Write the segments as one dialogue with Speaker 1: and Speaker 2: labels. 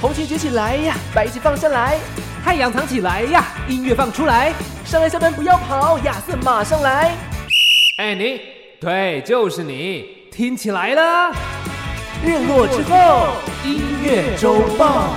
Speaker 1: 红旗举起来呀，白旗放下来，
Speaker 2: 太阳藏起来呀，音乐放出来。
Speaker 1: 上来下班不要跑，亚瑟马上来。
Speaker 2: 哎，你，对，就是你，听起来了。
Speaker 1: 日落之后，
Speaker 2: 音乐周报。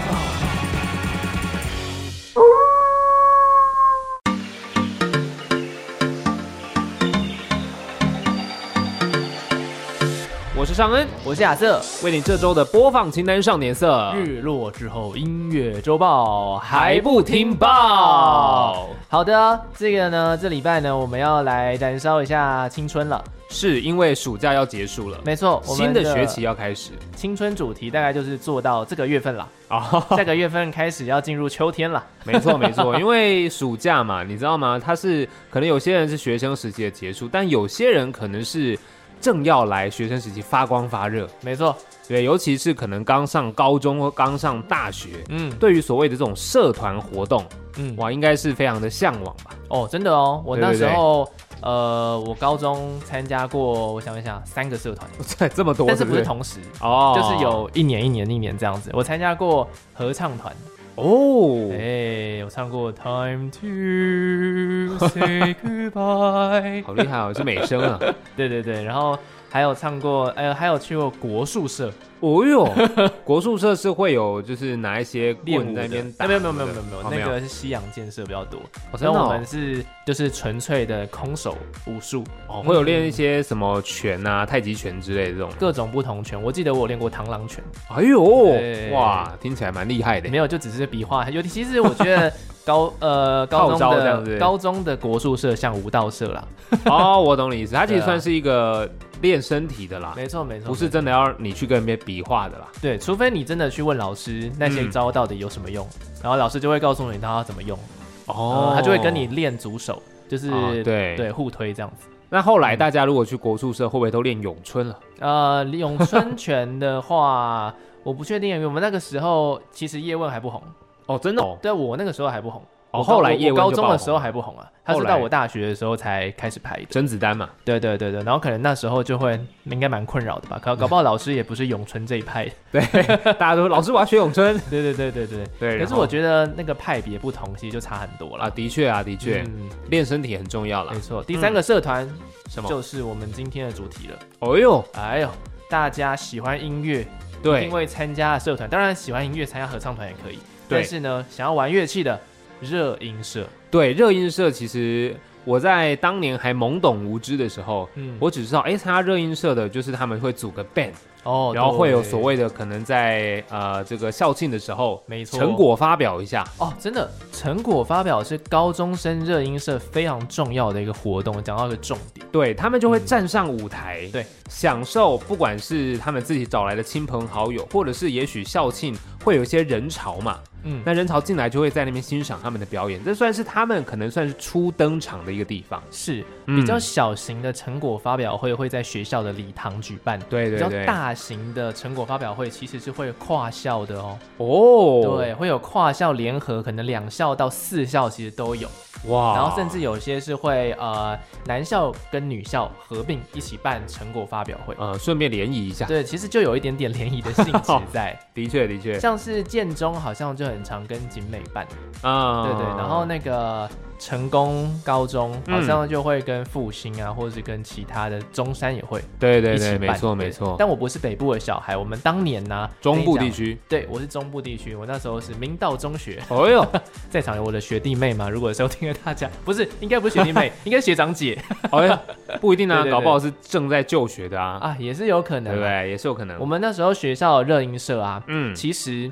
Speaker 2: 我是尚恩，
Speaker 1: 我是亚瑟。
Speaker 2: 为你这周的播放清单上点色。
Speaker 1: 日落之后，音乐周报
Speaker 2: 还不听报？
Speaker 1: 好的，这个呢，这礼拜呢，我们要来燃烧一下青春了。
Speaker 2: 是因为暑假要结束了，
Speaker 1: 没错，我
Speaker 2: 新
Speaker 1: 们
Speaker 2: 的学期要开始
Speaker 1: 青春主题大概就是做到这个月份 了，
Speaker 2: 啊。
Speaker 1: 下个月份开始要进入秋天了。
Speaker 2: 没错没 错，因为暑假嘛，你知道吗？它是可能有些人是学生时期的结束，但有些人可能是正要来学生时期发光发热。
Speaker 1: 没错，
Speaker 2: 对，尤其是可能刚上高中或刚上大学，
Speaker 1: 嗯
Speaker 2: 对于所谓的这种社团活动，
Speaker 1: 嗯，
Speaker 2: 哇，应该是非常的向往吧？
Speaker 1: 哦，真的哦，我那
Speaker 2: 对对
Speaker 1: 时
Speaker 2: 对
Speaker 1: 候呃，我高中参加过，我想一想，三个社团，
Speaker 2: 这这么多，
Speaker 1: 但是不是
Speaker 2: 哦对
Speaker 1: 同时，
Speaker 2: 哦，
Speaker 1: 就是有一年一年一年这样子。我参加过合唱团，
Speaker 2: 哦
Speaker 1: 哎、，我唱过 Time to Say Goodbye，
Speaker 2: 好厉害哦，是美声啊！
Speaker 1: 对对对，然后还有唱过，呃，还有去过国术社，
Speaker 2: 哦哟， 国术社是会有就是拿一些
Speaker 1: 练
Speaker 2: 棍
Speaker 1: 舞
Speaker 2: 在那
Speaker 1: 的哎
Speaker 2: 边打
Speaker 1: 没
Speaker 2: 的，
Speaker 1: 有没有没有没有没有，
Speaker 2: 哦
Speaker 1: 那个是西洋建设比较多，
Speaker 2: 哦
Speaker 1: 所以
Speaker 2: 真的
Speaker 1: 我
Speaker 2: 哦
Speaker 1: 们是就是纯粹的空手武术，
Speaker 2: 哦，会有练一些什么拳啊、太极拳之类的这种。
Speaker 1: 各种不同拳。我记得我有练过螳螂拳，
Speaker 2: 哎呦
Speaker 1: 对，
Speaker 2: 哇，听起来蛮厉害的
Speaker 1: 没。有就只是比划。有其实我觉得高 呃高
Speaker 2: 号召
Speaker 1: 中
Speaker 2: 这样子
Speaker 1: 的高中的国术社像武道社啦，
Speaker 2: 哦，我懂你意思，它其实
Speaker 1: 对啊
Speaker 2: 算是一个练身体的啦，
Speaker 1: 没错没错，
Speaker 2: 啊不是真的要你去跟别人比划的啦。
Speaker 1: 对，除非你真的去问老师那些
Speaker 2: 嗯
Speaker 1: 招到底有什么用，然后老师就会告诉你他要怎么用，
Speaker 2: 哦
Speaker 1: 呃他就会跟你练组手，就是、
Speaker 2: 哦对
Speaker 1: 对互推这样子。
Speaker 2: 那后来大家如果去国术社，会不会都练咏春了？
Speaker 1: 呃，咏春拳的话，我不确定，因为我们那个时候其实叶问还不红，
Speaker 2: 哦，真的哦。
Speaker 1: 对我那个时候还不红，
Speaker 2: 哦
Speaker 1: 我
Speaker 2: 后来
Speaker 1: 高
Speaker 2: 叶
Speaker 1: 我
Speaker 2: 问
Speaker 1: 高
Speaker 2: 就
Speaker 1: 中
Speaker 2: 爆
Speaker 1: 的
Speaker 2: 红
Speaker 1: 时候还不红啊，他
Speaker 2: 后
Speaker 1: 是到
Speaker 2: 来
Speaker 1: 我大学的时候才开始拍的。
Speaker 2: 甄子丹嘛，
Speaker 1: 对对对对，然后可能那时候就会应该蛮困扰的吧， 搞搞不好老师也不是咏春这一派的。
Speaker 2: 大家都说老师我要学咏春。
Speaker 1: 对对对对对。
Speaker 2: 对，
Speaker 1: 可
Speaker 2: 然
Speaker 1: 是
Speaker 2: 后
Speaker 1: 我觉得那个派别不同，其实就差很多了
Speaker 2: 啊，。的确啊，的确，
Speaker 1: 嗯
Speaker 2: 练身体很重要啦
Speaker 1: 没。错，第三个社团
Speaker 2: 什么？
Speaker 1: 就是我们今天的主题了。
Speaker 2: 哦呦，
Speaker 1: 哎呦，大家喜欢音乐，
Speaker 2: 对
Speaker 1: 因，为参加了社团，当然喜欢音乐，参加合唱团也可以。
Speaker 2: 对
Speaker 1: 但是呢，想要玩乐器的，热音社。
Speaker 2: 对，热音社其实我在当年还懵懂无知的时候，
Speaker 1: 嗯，
Speaker 2: 我只知道，哎、参加热音社的就是他们会组个 band，、
Speaker 1: 哦
Speaker 2: 然后会有所
Speaker 1: 对
Speaker 2: 谓的可能在呃这个校庆的时候，
Speaker 1: 没错
Speaker 2: 成果发表一下。
Speaker 1: 哦，真的成果发表是高中生热音社非常重要的一个活动，讲到一个重点。
Speaker 2: 对他们就会站上舞台，
Speaker 1: 嗯对，
Speaker 2: 享受不管是他们自己找来的亲朋好友，或者是也许校庆会有一些人潮嘛，
Speaker 1: 嗯，
Speaker 2: 那人潮进来就会在那边欣赏他们的表演，这算是他们可能算是初登场的一个地方，
Speaker 1: 是
Speaker 2: 嗯
Speaker 1: 比较小型的成果发表会会在学校的礼堂举办，
Speaker 2: 对对
Speaker 1: 比较
Speaker 2: 对
Speaker 1: 大型的成果发表会其实是会跨校的哦。
Speaker 2: 哦，
Speaker 1: 对，，会有跨校联合，可能两校到四校其实都有，
Speaker 2: 哇，
Speaker 1: 然后甚至有些是会呃男校跟女校合并一起办成果发表会。
Speaker 2: 呃顺便联谊一下，
Speaker 1: 对，其实就有一点点联谊的性 质在，
Speaker 2: 的确的确，
Speaker 1: 像是建中好像就很常跟景美办，
Speaker 2: 啊、
Speaker 1: 对对，然后那个成功高中
Speaker 2: 嗯
Speaker 1: 好像就会跟复兴啊，或者是跟其他的中山也会
Speaker 2: 对对
Speaker 1: 一起
Speaker 2: 对，
Speaker 1: 办，
Speaker 2: 没错
Speaker 1: 对
Speaker 2: 没错，
Speaker 1: 但我不是北部的小孩，我们当年呢、
Speaker 2: 中部地
Speaker 1: 区，
Speaker 2: 区。
Speaker 1: 对我是中部地区，我那时候是明道中学，
Speaker 2: 哦呦，
Speaker 1: 在场有我的学弟妹嘛，如果收听的大家不是，应该不是学弟 妹，应该是学长姐
Speaker 2: 哎 呀，不一定啊，
Speaker 1: 对对对
Speaker 2: 搞不好是正在就学的啊，
Speaker 1: 啊，也是有可
Speaker 2: 对
Speaker 1: 能
Speaker 2: 不
Speaker 1: 啊。
Speaker 2: 对？也是有可能。
Speaker 1: 我们那时候学校的热音社啊，
Speaker 2: 嗯，
Speaker 1: 其实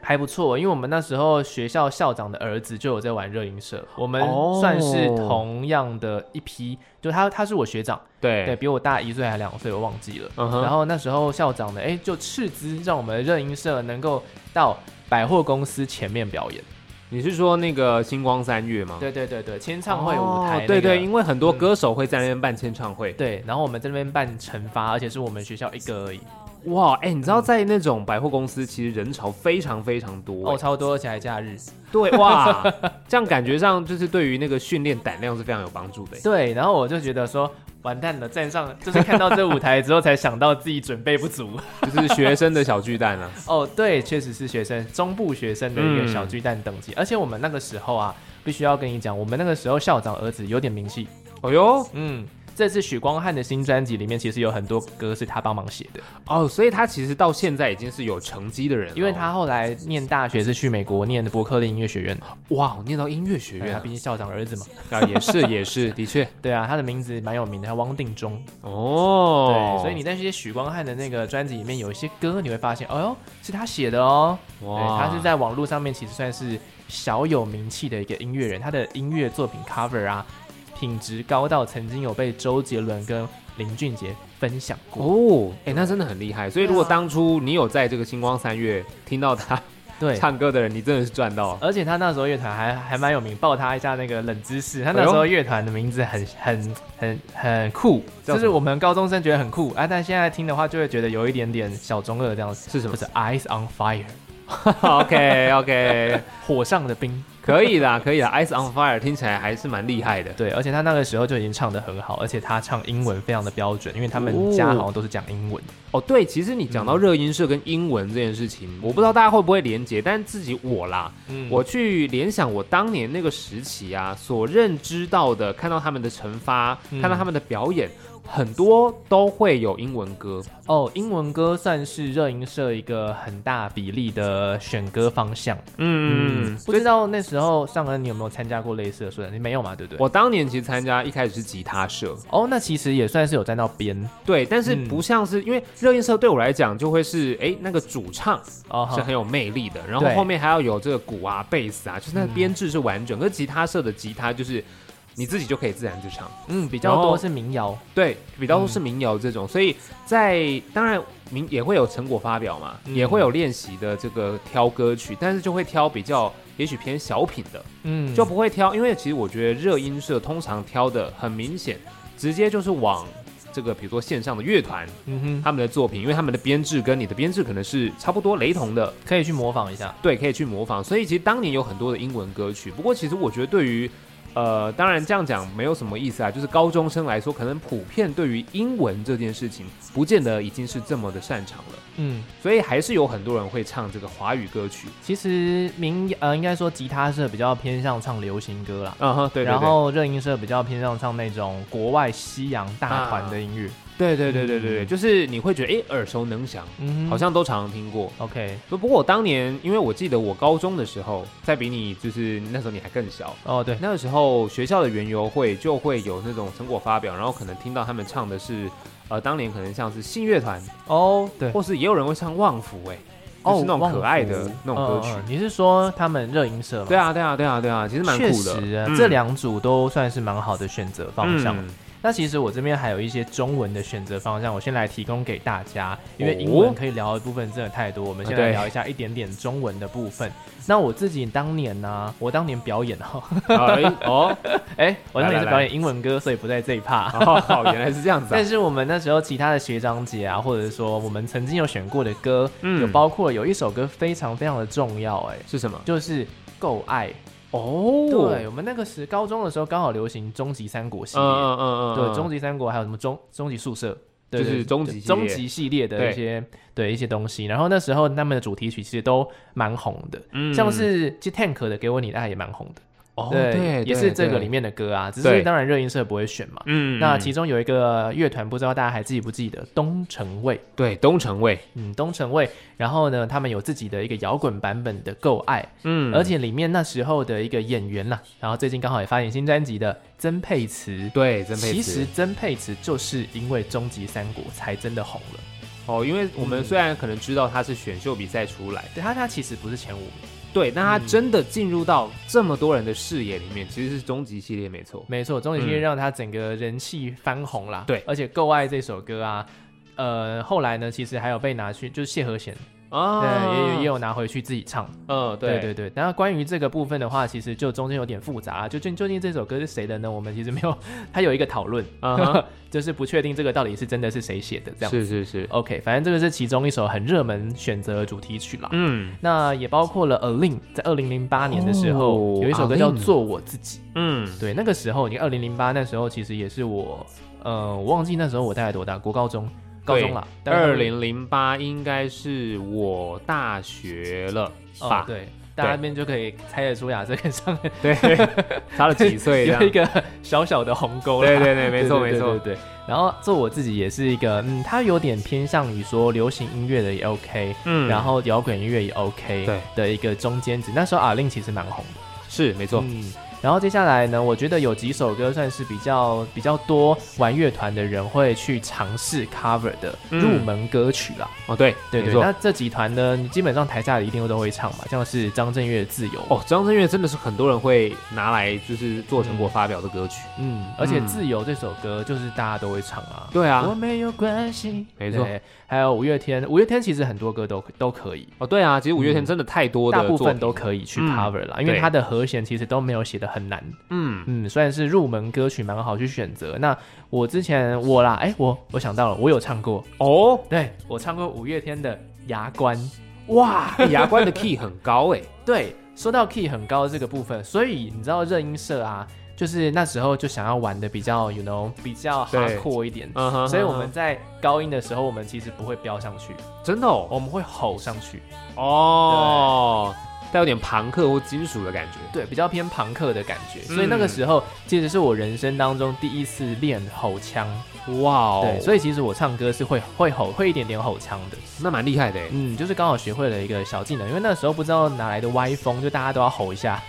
Speaker 1: 还不错，因为我们那时候学校校长的儿子就有在玩热音社，我们
Speaker 2: 哦
Speaker 1: 算是同样的一批，就他他是我学长，对
Speaker 2: 对，
Speaker 1: 比我大一岁还两岁，我忘记了。
Speaker 2: 哎嗯哼
Speaker 1: 然后那时候校长呢，哎，就斥资让我们的热音社能够到百货公司前面表演，
Speaker 2: 你是说那个星光三月吗？
Speaker 1: 对对对对，签唱会舞台、
Speaker 2: 哦对对，
Speaker 1: 对。
Speaker 2: 因为很多歌手会在那边办签唱会。
Speaker 1: 对，然后我们在那边办惩罚，而且是我们学校一个而已。
Speaker 2: 哇，哎、你知道在那种百货公司，其实人潮非常非常多、
Speaker 1: 哦，超多，而且还假日。
Speaker 2: 对，哇，这样感觉上就是对于那个训练胆量是非常有帮助 的。
Speaker 1: 对，然后我就觉得说，完蛋了，站上就是看到这舞台之后，才想到自己准备不足。
Speaker 2: 就是学生的小巨蛋啊，
Speaker 1: 哦，对，确实是学生中部学生的一个
Speaker 2: 嗯
Speaker 1: 小巨蛋等级，而且我们那个时候啊，必须要跟你讲，我们那个时候校长儿子有点名气，
Speaker 2: 哦哟，
Speaker 1: 嗯。这次许光汉的新专辑里面，其实有很多歌是他帮忙写的，
Speaker 2: 哦，所以他其实到现在已经是有成绩的人了哦，
Speaker 1: 因为他后来念大学是去美国念的伯克利音乐学院，
Speaker 2: 哇，念到音乐学
Speaker 1: 因为
Speaker 2: 院
Speaker 1: 他
Speaker 2: 啊
Speaker 1: 毕竟校长儿子嘛。
Speaker 2: 啊，也是也是，的确，
Speaker 1: 对啊，他的名字蛮有名的，他汪定中。
Speaker 2: 哦
Speaker 1: 对，，所以你在这些许光汉的那个专辑里面，有一些歌你会发现，哦呦，是他写的哦。
Speaker 2: 你
Speaker 1: 对，他是在网络上面其实算是小有名气的一个音乐人，他的音乐作品 cover 啊，品质高到曾经有被周杰伦跟林俊杰分享过。
Speaker 2: 哦，哎、那真的很厉害。
Speaker 1: 啊
Speaker 2: 所以如果当初你有在这个星光三月听到他
Speaker 1: 对，
Speaker 2: 唱歌的人，你真的是赚 到。
Speaker 1: 而且他那时候乐团还还蛮有名，爆他一下那个冷知识。他那时
Speaker 2: 哎
Speaker 1: 候
Speaker 2: 呦
Speaker 1: 乐团的名字很很很很酷，
Speaker 2: 叫
Speaker 1: 就
Speaker 2: 什
Speaker 1: 是
Speaker 2: 么
Speaker 1: 我们高中生觉得很酷啊，但现在听的话就会觉得有一点点小中二这样子。
Speaker 2: 是什么
Speaker 1: 就是 Eyes on Fire，
Speaker 2: OK OK，
Speaker 1: 火上的冰。
Speaker 2: 可以啦，可以啦。Ice on Fire 听起来还是蛮厉害的。
Speaker 1: 对，而且他那个时候就已经唱得很好，而且他唱英文非常的标准，因为他们
Speaker 2: 哦
Speaker 1: 家好像都是讲英文。
Speaker 2: 哦，对，其实你讲
Speaker 1: 嗯
Speaker 2: 到热音社跟英文这件事情，我不知道大家会不会连结，但自己我啦，
Speaker 1: 嗯
Speaker 2: 我去联想我当年那个时期啊，所认知到的，看到他们的惩罚，
Speaker 1: 嗯
Speaker 2: 看到他们的表演，很多都会有英文歌。
Speaker 1: 哦，英文歌算是热音社一个很大比例的选歌方向。
Speaker 2: 嗯，
Speaker 1: 不知道那时候尚恩你有没有参加过类似的社团？你没有嘛？对不对？
Speaker 2: 我当年其实参加一开始是吉他社，
Speaker 1: 哦，那其实也算是有站到边
Speaker 2: 对，但是
Speaker 1: 嗯
Speaker 2: 不像是、因为热音社对我来讲就会是哎、诶那个主唱
Speaker 1: 哦
Speaker 2: 是
Speaker 1: 哈
Speaker 2: 很有魅力的，然后
Speaker 1: 对嗯
Speaker 2: 后面还要有这个鼓啊、贝斯啊，就是那个编制是完整。可是吉他社的吉他就是你自己就可以自然去唱，
Speaker 1: 嗯，比较
Speaker 2: 然后
Speaker 1: 多是嗯民谣，
Speaker 2: 对，比较多是民谣这种，所以在当然民也会有成果发表嘛，
Speaker 1: 嗯
Speaker 2: 也会有练习的这个挑歌曲，但是就会挑比较也许偏小品的，
Speaker 1: 嗯，
Speaker 2: 就不会挑，因为其实我觉得热音社通常挑的很明显，直接就是往这个比如说线上的乐团
Speaker 1: 嗯哼，
Speaker 2: 他们的作品，因为他们的编制跟你的编制可能是差不多雷同的，
Speaker 1: 可以去模仿一下。
Speaker 2: 对，可以去模仿。所以其实当年有很多的英文歌曲，不过其实我觉得对于呃，当然这样讲没有什么意思啊，就是高中生来说，可能普遍对于英文这件事情，不见得已经是这么的擅长了，
Speaker 1: 嗯，
Speaker 2: 所以还是有很多人会唱这个华语歌曲。
Speaker 1: 其实民呃应该说吉他社比较偏向唱流行歌啦。
Speaker 2: 嗯哼，对
Speaker 1: 然后热音社比较偏向唱那种国外西洋大团的音乐，
Speaker 2: 对对对对对对，
Speaker 1: 嗯
Speaker 2: 就是你会觉得哎耳熟能详，
Speaker 1: 嗯哼
Speaker 2: 好像都常常听过。
Speaker 1: OK
Speaker 2: 不不过我当年，因为我记得我高中的时候，在比你就是那时候你还更小，
Speaker 1: 哦对，
Speaker 2: 那个时候学校的园游会就会有那种成果发表，然后可能听到他们唱的是，呃，当年可能像是信乐团，
Speaker 1: 哦对，哦
Speaker 2: 或是也有人会唱《旺福》哎，就是那种可爱的那种歌曲。
Speaker 1: 嗯嗯你是说他们热音社吗？
Speaker 2: 对啊，对啊，对啊，对啊，其实蛮
Speaker 1: 确
Speaker 2: 酷
Speaker 1: 实
Speaker 2: 的。
Speaker 1: 啊，
Speaker 2: 嗯
Speaker 1: 这两组都算是蛮好的选择方向。
Speaker 2: 嗯
Speaker 1: 那其实我这边还有一些中文的选择方向，我先来提供给大家，因为
Speaker 2: 哦
Speaker 1: 英文可以聊的部分真的太多，我们先
Speaker 2: 啊
Speaker 1: 来
Speaker 2: 对
Speaker 1: 聊一下一点点中文的部分。那我自己当年呢、我当年表演 哈，
Speaker 2: 好哎哦，
Speaker 1: 哎、我当年是
Speaker 2: 来来来
Speaker 1: 表演英文歌，所以不在这一趴。
Speaker 2: 哦，好原来是这样子 啊
Speaker 1: 但。是我们那时候其他的学长姐啊，或者说我们曾经有选过的歌，
Speaker 2: 嗯
Speaker 1: 有包括有一首歌非常非常的重要、哎，
Speaker 2: 是什么？
Speaker 1: 就是《够爱》。
Speaker 2: 哦
Speaker 1: 对，我们那个时高中的时候刚好流行《终极三国》系
Speaker 2: 嗯
Speaker 1: 列，
Speaker 2: 嗯嗯嗯，
Speaker 1: 对，终
Speaker 2: 中
Speaker 1: 极三国还有什么终终极宿舍，对
Speaker 2: 就是
Speaker 1: 对
Speaker 2: 终极系列
Speaker 1: 终极系列的一些对一些东西。然后那时候他们的主题曲其实都蛮红的，像是其实 Tank 的《给我你的爱》也蛮红的，
Speaker 2: 嗯哦，对，
Speaker 1: 也是这个里
Speaker 2: 面。
Speaker 1: 面的歌啊。只
Speaker 2: 对
Speaker 1: 是当然热音社不会选嘛。
Speaker 2: 嗯
Speaker 1: 那其中有一个乐团，不知道大家还记不记得东城卫？
Speaker 2: 对东城卫，
Speaker 1: 嗯，东城卫。然后呢，他们有自己的一个摇滚版本的《够爱》，
Speaker 2: 嗯
Speaker 1: 而且里面那时候的一个演员呐、然后最近刚好也发行新专辑的曾沛慈，
Speaker 2: 对曾沛慈
Speaker 1: 其实曾沛慈就是因为《终极三国》才真的红了。
Speaker 2: 哦，因为我们
Speaker 1: 嗯
Speaker 2: 虽然可能知道他是选秀比赛出来，
Speaker 1: 对他，他其实不是前五名，
Speaker 2: 对，那他
Speaker 1: 嗯
Speaker 2: 真的进入到这么多人的视野里面，其实是终极系列没错。
Speaker 1: 没错，《终极系列》
Speaker 2: 嗯
Speaker 1: 让他整个人气翻红啦。
Speaker 2: 对
Speaker 1: 而且《够爱》这首歌啊，呃，后来呢，其实还有被拿去，就是谢和弦，
Speaker 2: 啊，
Speaker 1: 对，也有也有拿回去自己唱。
Speaker 2: 嗯，
Speaker 1: 对
Speaker 2: 对
Speaker 1: 对对，然后关于这个部分的话，其实就中间有点复杂，就究究竟这首歌是谁的呢？我们其实没有， 它有一个讨论，
Speaker 2: 嗯 哼
Speaker 1: 就是不确定这个到底是真的是谁写的这样。
Speaker 2: 是是是，
Speaker 1: OK，反正这个是其中一首很热门选择的主题曲啦。
Speaker 2: 嗯
Speaker 1: 那也包括了 Alin，在二零零八年的时候、
Speaker 2: 哦
Speaker 1: 有一首歌叫《
Speaker 2: Alin
Speaker 1: 做我自己》。
Speaker 2: 嗯
Speaker 1: 对，那个时候，你二零零八那时候其实也是我，呃，我忘记那时候我大概多大，国高中，高中啦，但是他
Speaker 2: 二
Speaker 1: 们
Speaker 2: 零零八应该是我大学了
Speaker 1: 哦
Speaker 2: 吧？
Speaker 1: 对，大家那边就可以猜得出亚瑟跟上恩
Speaker 2: 对， 差了几岁这
Speaker 1: 有一
Speaker 2: 样？
Speaker 1: 个小小的鸿沟啦。
Speaker 2: 对对对，没错
Speaker 1: 对
Speaker 2: 没
Speaker 1: 对对，
Speaker 2: 错
Speaker 1: 对对然后做我自己也是一个，嗯，它有点偏向于说流行音乐的也 OK，、
Speaker 2: 嗯
Speaker 1: 然后摇滚音乐也 OK
Speaker 2: 对
Speaker 1: 的一个中间值。那时候阿令其实蛮红的。
Speaker 2: 是没错，
Speaker 1: 嗯，然后接下来呢，我觉得有几首歌算是比较比较多玩乐团的人会去尝试 cover 的
Speaker 2: 嗯
Speaker 1: 入门歌曲啦。
Speaker 2: 哦对
Speaker 1: 对
Speaker 2: 没
Speaker 1: 对，
Speaker 2: 错。
Speaker 1: 那这几团呢，你基本上台下一定都会唱嘛，像是张震岳的《自由》
Speaker 2: 哦，张震岳真的是很多人会拿来就是做成果发表的歌曲。
Speaker 1: 嗯，而且《
Speaker 2: 嗯
Speaker 1: 自由》这首歌就是大家都会唱啊。
Speaker 2: 对
Speaker 1: 我
Speaker 2: 啊，
Speaker 1: 没有关系，
Speaker 2: 没错
Speaker 1: 对。还有五月天，五月天其实很多歌都都可以，
Speaker 2: 哦对啊，其实五月天真的太多
Speaker 1: 嗯
Speaker 2: 的
Speaker 1: 大部
Speaker 2: 作
Speaker 1: 分
Speaker 2: 品
Speaker 1: 都可以去
Speaker 2: 嗯
Speaker 1: cover 啦，因为
Speaker 2: 对
Speaker 1: 它的和弦其实都没有写的很难。
Speaker 2: 嗯
Speaker 1: 嗯，虽然是入门歌曲，蛮好去选择。那我之前我啦，哎、我我想到了，我有唱过，
Speaker 2: 哦
Speaker 1: 对我唱过五月天的《牙关》。
Speaker 2: 哇，欸 牙关的 key 很高哎，
Speaker 1: 对，说到 key 很高这个部分，所以你知道热音社啊，就是那时候就想要玩的比较，you know，比较
Speaker 2: 对
Speaker 1: hardcore 一点。
Speaker 2: 嗯哼
Speaker 1: 所以我们在高音的时候，我们其实不会飙上去，
Speaker 2: 真的哦
Speaker 1: 我们会吼上去，
Speaker 2: 哦，带有点朋克或金属的感觉。
Speaker 1: 对，比较偏朋克的感觉。所以那
Speaker 2: 嗯
Speaker 1: 个时候其实是我人生当中第一次练吼腔，
Speaker 2: 哇哦，
Speaker 1: 对，所以其实我唱歌是会会吼，会一点点吼腔的。
Speaker 2: 那蛮厉害的欸
Speaker 1: 嗯，就是刚好学会了一个小技能，因为那时候不知道哪来的歪风，就大家都要吼一下，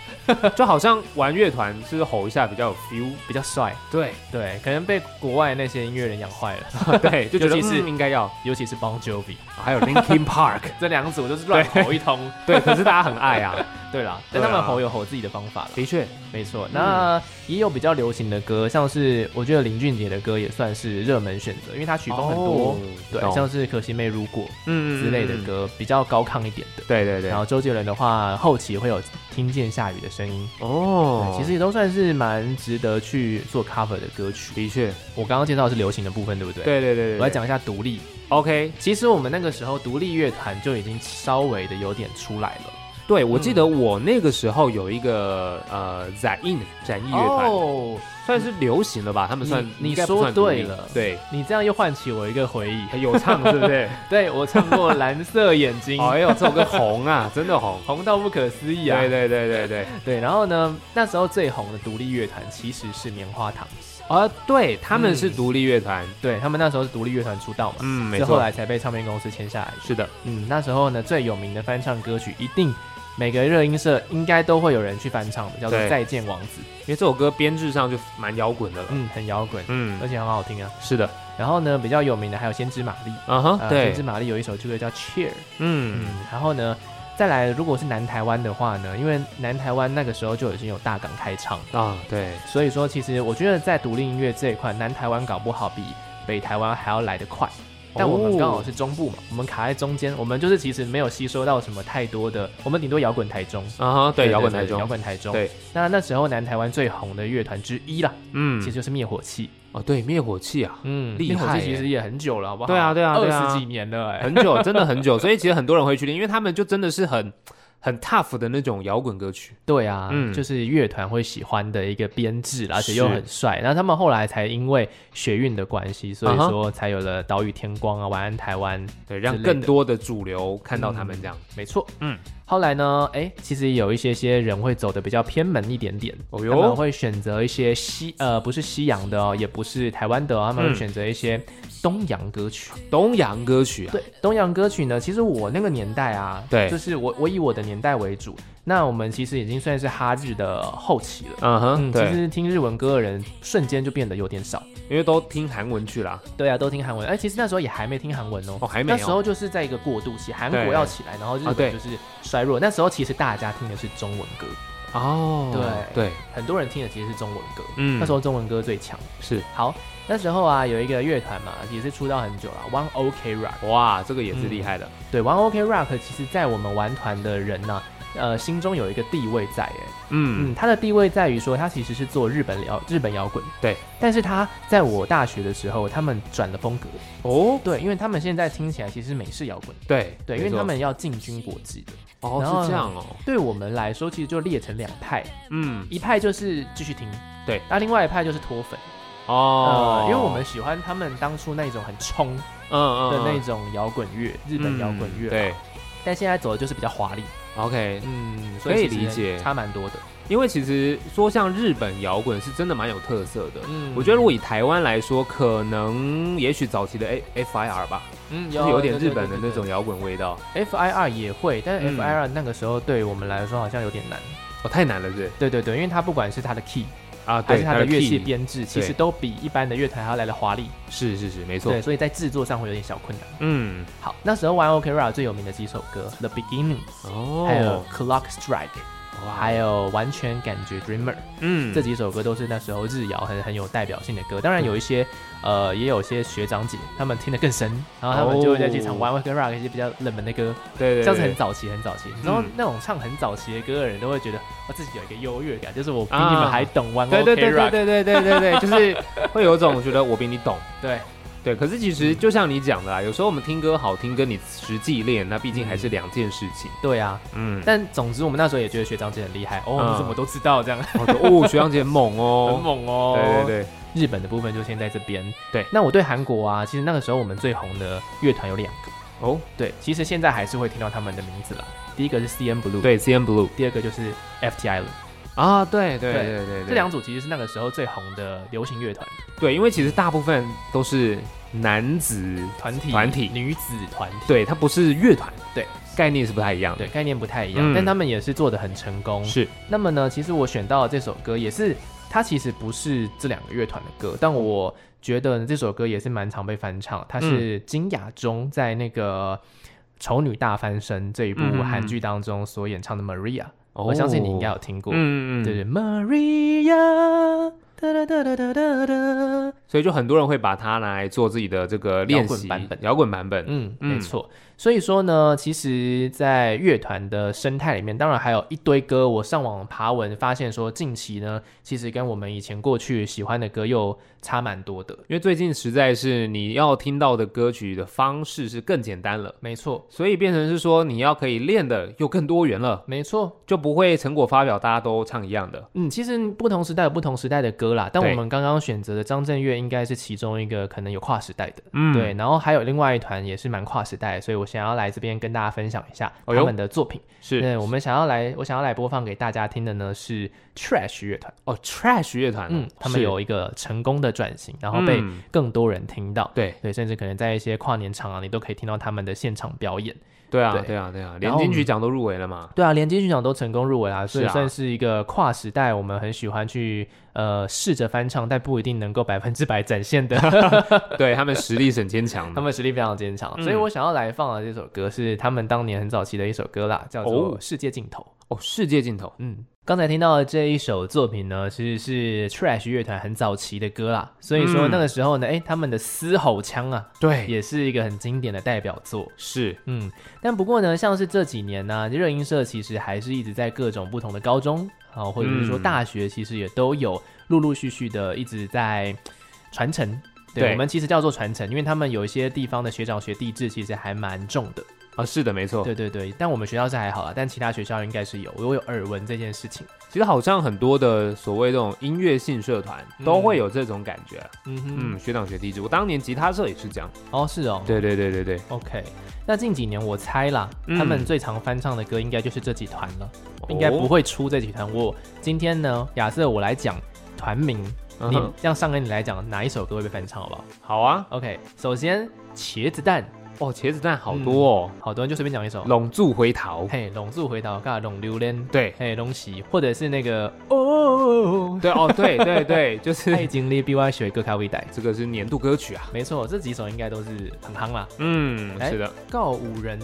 Speaker 2: 就好像玩乐团是吼一下比较有 feel。
Speaker 1: 比较帅。
Speaker 2: 对
Speaker 1: 对，可能被国外那些音乐人养坏了，
Speaker 2: 对，就觉得
Speaker 1: 尤其是
Speaker 2: 嗯应该要，
Speaker 1: 尤其是 Bon Jovi
Speaker 2: 还有 Linkin Park。
Speaker 1: 这两组，就是乱吼一通。
Speaker 2: 对，可是大家很爱啊，
Speaker 1: 对啦，
Speaker 2: 对
Speaker 1: 但
Speaker 2: 啊嗯
Speaker 1: 他们吼有吼自己的方法了，
Speaker 2: 的确，
Speaker 1: 没错。那也有比较流行的歌，像是我觉得林俊杰的歌也算是热门选择，因为他曲风很多，
Speaker 2: 哦
Speaker 1: 对，
Speaker 2: 懂
Speaker 1: 像是《可惜没如果》
Speaker 2: 嗯
Speaker 1: 之类的，
Speaker 2: 嗯嗯
Speaker 1: 歌，比较高亢一点的。
Speaker 2: 对对对
Speaker 1: 然，后周杰伦的话，后期会有听见下雨的声音，
Speaker 2: 哦
Speaker 1: 对，其实也都算是蛮值得去做 cover 的歌曲。
Speaker 2: 的确，
Speaker 1: 我刚刚介绍的是流行的部分，对不对？。
Speaker 2: 对对对对，
Speaker 1: 我来讲一下独立。
Speaker 2: ，OK，
Speaker 1: 其实我们那个时候独立乐团就已经稍微的有点出来了。
Speaker 2: 对我记得我那个时候有一个呃展印展艺乐团，
Speaker 1: 哦，
Speaker 2: 算是流行了吧？他们算
Speaker 1: 你你
Speaker 2: 应该不算
Speaker 1: 说对
Speaker 2: 独立
Speaker 1: 了
Speaker 2: 对，
Speaker 1: 你这样又唤起我一个回忆。
Speaker 2: 有唱是 不是？
Speaker 1: 对我唱过《蓝色眼睛》
Speaker 2: 哎呦，这首歌红啊， 真的红，
Speaker 1: 红到不可思议啊！
Speaker 2: 对对对对 对，
Speaker 1: 对然后呢，那时候最红的独立乐团其实是棉花糖，
Speaker 2: 啊，对，他们是独立乐团，
Speaker 1: 对他们那时候是独立乐团出道嘛，
Speaker 2: 嗯，没
Speaker 1: 是后
Speaker 2: 错，
Speaker 1: 来才被唱片公司签下来的。
Speaker 2: 是的，
Speaker 1: 嗯，那时候呢，最有名的翻唱歌曲，一定每个热音社应该都会有人去翻唱的，叫做
Speaker 2: 对
Speaker 1: 《再见王子》，
Speaker 2: 因为这首歌编制上就蛮摇滚的了，
Speaker 1: 嗯，很摇滚，
Speaker 2: 嗯，
Speaker 1: 而且很好听啊。
Speaker 2: 是的，
Speaker 1: 然后呢，比较有名的还有先知玛丽，
Speaker 2: 啊哈，
Speaker 1: 呃
Speaker 2: 对
Speaker 1: 先知，玛丽有一首歌叫《Cheer》，嗯
Speaker 2: 嗯，，
Speaker 1: 然后呢，再来如果是南台湾的话呢，因为南台湾那个时候就已经有大港开唱，
Speaker 2: 啊，对，
Speaker 1: 所以说其实我觉得在独立音乐这一块，南台湾搞不好比北台湾还要来得快。但我们
Speaker 2: 哦
Speaker 1: 刚好是中部嘛，我们卡在中间，我们就是其实没有吸收到什么太多的，我们顶多摇滚台中，
Speaker 2: 啊哈，对，摇滚台
Speaker 1: 摇
Speaker 2: 中，
Speaker 1: 滚台中。
Speaker 2: 对，
Speaker 1: 那那时候南台湾最红的乐团之一啦，
Speaker 2: 嗯
Speaker 1: 其实，就是灭火器。
Speaker 2: 哦，对，灭火器啊，
Speaker 1: 嗯，
Speaker 2: 厉
Speaker 1: 灭火
Speaker 2: 害
Speaker 1: 器其
Speaker 2: 耶
Speaker 1: 实也很久了，好不好？
Speaker 2: 对啊对啊对啊
Speaker 1: 二十几年了，哎，
Speaker 2: 很 久，真的很久，所以其实很多人会去练，因为他们就真的是很很 tough 的那种摇滚歌曲，
Speaker 1: 对啊，
Speaker 2: 嗯
Speaker 1: 就是乐团会喜欢的一个编制啦，而且
Speaker 2: 是
Speaker 1: 又很帅。那他们后来才因为学运的关系，所以
Speaker 2: 嗯
Speaker 1: 说才有了岛屿天光啊、晚安台湾，
Speaker 2: 对，
Speaker 1: 之
Speaker 2: 让
Speaker 1: 类
Speaker 2: 更
Speaker 1: 的
Speaker 2: 多的主流看到他们这样。
Speaker 1: 没错。
Speaker 2: 嗯，
Speaker 1: 后来呢，哎，其实也有一些些人会走的比较偏门一点点，
Speaker 2: 哦
Speaker 1: 他们
Speaker 2: 哟，
Speaker 1: 会选择一些西呃不是西洋的哦，也不是台湾的哦，他们会
Speaker 2: 嗯
Speaker 1: 选择一些东洋歌曲。
Speaker 2: 东洋歌曲啊，
Speaker 1: 对，东洋歌曲呢，其实我那个年代啊，
Speaker 2: 对
Speaker 1: 就是我我以我的年代为主，那我们其实已经算是哈日的后期了。
Speaker 2: 嗯
Speaker 1: 嗯，
Speaker 2: 哼，
Speaker 1: 其
Speaker 2: 对，
Speaker 1: 实听日文歌的人瞬间就变得有点少。
Speaker 2: 因为都听韩文去啦。
Speaker 1: 对啊，都听韩文。哎、其实那时候也还没听韩文哦。
Speaker 2: 哦还没有
Speaker 1: 那时候就是在一个过渡期，韩国
Speaker 2: 对
Speaker 1: 要起来，然后日
Speaker 2: 啊
Speaker 1: 本
Speaker 2: 对
Speaker 1: 就是衰弱。那时候其实大家听的是中文歌，
Speaker 2: 哦，
Speaker 1: 对
Speaker 2: 对，
Speaker 1: 很多人听的其实是中文歌，
Speaker 2: 嗯
Speaker 1: 那时候中文歌最强。
Speaker 2: 是
Speaker 1: 好，那时候啊有一个乐团嘛，也是出道很久了，One OK Rock。
Speaker 2: 哇，这个也是厉害的，
Speaker 1: 对，One OK Rock 其实在我们玩团的人呢、呃，心中有一个地位在哎，
Speaker 2: 嗯
Speaker 1: 嗯，它的地位在于说它其实是做日本摇日本摇滚，
Speaker 2: 对，
Speaker 1: 但是它在我大学的时候，他们转了风格，
Speaker 2: 哦，
Speaker 1: 对，因为他们现在听起来其实是美式摇滚，
Speaker 2: 对
Speaker 1: 对，因为
Speaker 2: 没错
Speaker 1: 他们要进军国际的，
Speaker 2: 哦
Speaker 1: 然后
Speaker 2: 是这样哦，
Speaker 1: 对我们来说其实就列成两派，
Speaker 2: 嗯
Speaker 1: 一派就是继续听，
Speaker 2: 对，
Speaker 1: 那另外一派就是脱粉，
Speaker 2: 哦
Speaker 1: 呃，因为我们喜欢他们当初那种很冲的
Speaker 2: 嗯嗯
Speaker 1: 那
Speaker 2: 嗯
Speaker 1: 种摇滚乐，日本摇滚乐，啊
Speaker 2: 嗯，对
Speaker 1: 但现在走的就是比较华丽，
Speaker 2: ，OK，
Speaker 1: 嗯，
Speaker 2: 可
Speaker 1: 所
Speaker 2: 以
Speaker 1: 其实
Speaker 2: 理解
Speaker 1: 差蛮多的，
Speaker 2: 因为其实说像日本摇滚是真的蛮有特色的。
Speaker 1: 嗯
Speaker 2: 我觉得如果以台湾来说，可能也许早期的哎 A FIR 吧，
Speaker 1: 嗯
Speaker 2: 就是有点日本的那种摇滚味道。
Speaker 1: FIR 也会，但是
Speaker 2: 嗯
Speaker 1: FIR 那个时候对我们来说好像有点难。
Speaker 2: 哦，太难了，是不是
Speaker 1: 对对对，因为它不管是它的 key
Speaker 2: 啊，
Speaker 1: 还
Speaker 2: 对，
Speaker 1: 是它的乐器
Speaker 2: key
Speaker 1: 编制，其实
Speaker 2: 对
Speaker 1: 都比一般的乐团还要来的华丽。
Speaker 2: 是是是，没错
Speaker 1: 对，。所以在制作上会有点小困难。
Speaker 2: 嗯，
Speaker 1: 好，那时候玩 OK Rock 最有名的几首歌，The Beginning，
Speaker 2: 哦，
Speaker 1: 还有 Clock Strike，
Speaker 2: 哇
Speaker 1: 还有完全感觉 Dreamer，
Speaker 2: 嗯
Speaker 1: 这几首歌都是那时候日谣很很有代表性的歌。当然有一些，
Speaker 2: 嗯
Speaker 1: 呃，也有些学长姐他们听得更深，然后他们就会在剧场玩 OK Rock 一些比较冷门的歌。
Speaker 2: 对哦对，嗯
Speaker 1: 这样子
Speaker 2: 对
Speaker 1: 很早期，很早期。然后那种唱很早期的歌的人都会觉得，我自己有一个优越感，就是我比你们还懂 玩 OK
Speaker 2: 啊对对对
Speaker 1: rock。
Speaker 2: 对对对对对对，就是会有一种觉得我比你懂。
Speaker 1: 对
Speaker 2: 对，可是其实就像你讲的啊啦，有时候我们听歌好听，跟你实际练，那毕竟还是两件事情。
Speaker 1: 对啊！
Speaker 2: 嗯，
Speaker 1: 但总之我们那时候也觉得学长姐很厉害哦，
Speaker 2: 嗯
Speaker 1: 你怎么都知道这样，
Speaker 2: 我觉得哦，学长姐猛
Speaker 1: 很
Speaker 2: 哦，
Speaker 1: 猛哦。
Speaker 2: 对对对，
Speaker 1: 对，日本的部分就先在这边。
Speaker 2: 对
Speaker 1: 那我对韩国啊，其实那个时候我们最红的乐团有两个，
Speaker 2: 哦，
Speaker 1: 对，其实现在还是会听到他们的名字啦。第一个是 CN Blue，，
Speaker 2: 对，CN Blue
Speaker 1: 第二个就是 FT Island，
Speaker 2: 啊，对对
Speaker 1: 对
Speaker 2: 对对，
Speaker 1: 这两组其实是那个时候最红的流行乐团
Speaker 2: 对，因为其实大部分都是男子
Speaker 1: 团体、
Speaker 2: 团体
Speaker 1: 女子团体。
Speaker 2: 对，它不是乐团，
Speaker 1: 对，
Speaker 2: 概念是不太一样的。
Speaker 1: 对，概念不太一样，
Speaker 2: 嗯
Speaker 1: 但他们也是做的很成功。
Speaker 2: 是，
Speaker 1: 那么呢，其实我选到的这首歌也是，它其实不是这两个乐团的歌，但我觉得这首歌也是蛮常被翻唱。它
Speaker 2: 嗯
Speaker 1: 是金雅中在那个《丑女大翻身》这一部
Speaker 2: 嗯
Speaker 1: 韩剧当中所演唱的 Maria，、
Speaker 2: 哦
Speaker 1: 我相信你应该有听过。
Speaker 2: 嗯嗯，嗯
Speaker 1: 对对，Maria，哒哒哒哒哒哒哒，
Speaker 2: 所以就很多人会把它拿来做自己的这个练
Speaker 1: 摇滚
Speaker 2: 习
Speaker 1: 版本
Speaker 2: 摇滚版本。
Speaker 1: 嗯，
Speaker 2: 嗯
Speaker 1: 没错。所以说呢，其实，在乐团的生态里面，当然还有一堆歌。我上网爬文发现说，近期呢，其实跟我们以前过去喜欢的歌又差蛮多的。
Speaker 2: 因为最近实在是你要听到的歌曲的方式是更简单了，
Speaker 1: 没错，
Speaker 2: 所以变成是说你要可以练的又更多元了，
Speaker 1: 没错。
Speaker 2: 就不会成果发表大家都唱一样的。
Speaker 1: 嗯，其实不同时代有不同时代的歌啦，但
Speaker 2: 对
Speaker 1: 我们刚刚选择的张震岳应该是其中一个可能有跨时代的。
Speaker 2: 嗯
Speaker 1: 对，，然后还有另外一团也是蛮跨时代的，所以我想要来这边跟大家分享一下他
Speaker 2: 哦哟
Speaker 1: 们的作品。
Speaker 2: 是
Speaker 1: 对，我们想要来，我想要来播放给大家听的呢是 Trash 乐团。
Speaker 2: 哦，Trash 乐团哦，
Speaker 1: 嗯，他们
Speaker 2: 是
Speaker 1: 有一个成功的转型，然后被
Speaker 2: 嗯
Speaker 1: 更多人听到，
Speaker 2: 对
Speaker 1: 对，甚至可能在一些跨年场啊，你都可以听到他们的现场表演。
Speaker 2: 对啊
Speaker 1: 对
Speaker 2: 对啊对啊，
Speaker 1: 然
Speaker 2: 连
Speaker 1: 后
Speaker 2: 金曲奖都入围 了嘛。
Speaker 1: 对啊，连金曲奖都成功入围啦，所以
Speaker 2: 是啊
Speaker 1: 算是一个跨时代，我们很喜欢去呃试着翻唱，但不一定能够百分之百展现 的，
Speaker 2: 对他们实力是很坚强
Speaker 1: 他
Speaker 2: 的。
Speaker 1: 们实力非常坚强。
Speaker 2: 嗯
Speaker 1: 所以我想要来放的这首歌是他们当年很早期的一首歌啦，叫做
Speaker 2: 哦
Speaker 1: 《世界尽头》。
Speaker 2: 哦，世界尽头
Speaker 1: 嗯，刚才听到的这一首作品呢，其实是 Trash 乐团很早期的歌啦，所以说
Speaker 2: 嗯
Speaker 1: 那个时候呢，哎、他们的嘶吼腔啊，
Speaker 2: 对
Speaker 1: 也是一个很经典的代表作。
Speaker 2: 是
Speaker 1: 嗯，但不过呢，像是这几年呢、热音社其实还是一直在各种不同的高中啊，或者是说
Speaker 2: 嗯
Speaker 1: 大学，其实也都有陆陆续续的一直在传承。对，
Speaker 2: 对
Speaker 1: 我们其实叫做传承，因为他们有一些地方的学长学弟制其实还蛮重的。
Speaker 2: 啊，是的，没错。
Speaker 1: 对对对，但我们学校是还好啦，但其他学校应该是有，我有耳闻这件事情。
Speaker 2: 其实好像很多的所谓这种音乐性社团都会有这种感觉。
Speaker 1: 嗯哼，
Speaker 2: 嗯，学长学弟制，我当年吉他社也是这样。
Speaker 1: 哦，是哦，
Speaker 2: 对对对对对，
Speaker 1: ，OK。那近几年我猜啦，
Speaker 2: 嗯
Speaker 1: 他们最常翻唱的歌应该就是这几团了。
Speaker 2: 哦
Speaker 1: 应该不
Speaker 2: 会。
Speaker 1: 会出这几团。我今天呢，亚瑟，我来讲团名，
Speaker 2: 嗯
Speaker 1: 你
Speaker 2: 哼
Speaker 1: 这样上跟你来讲哪一首歌会被翻唱，好不好
Speaker 2: 好啊，
Speaker 1: ？OK，首先茄子蛋
Speaker 2: 哦，茄子蛋好多哦，
Speaker 1: 好多人就随便讲一首，
Speaker 2: 龙柱回逃，
Speaker 1: 嘿，龙柱回头，尬龙榴莲，
Speaker 2: 对
Speaker 1: 嘿，龙喜，或者是那个哦，
Speaker 2: 对哦，对对对，就是
Speaker 1: 爱经历 BY 学歌咖啡 带，
Speaker 2: 这个是年度歌曲啊。
Speaker 1: 没错，这几首应该都是很夯啦。
Speaker 2: 嗯，
Speaker 1: 哎
Speaker 2: 是的。
Speaker 1: 告五人，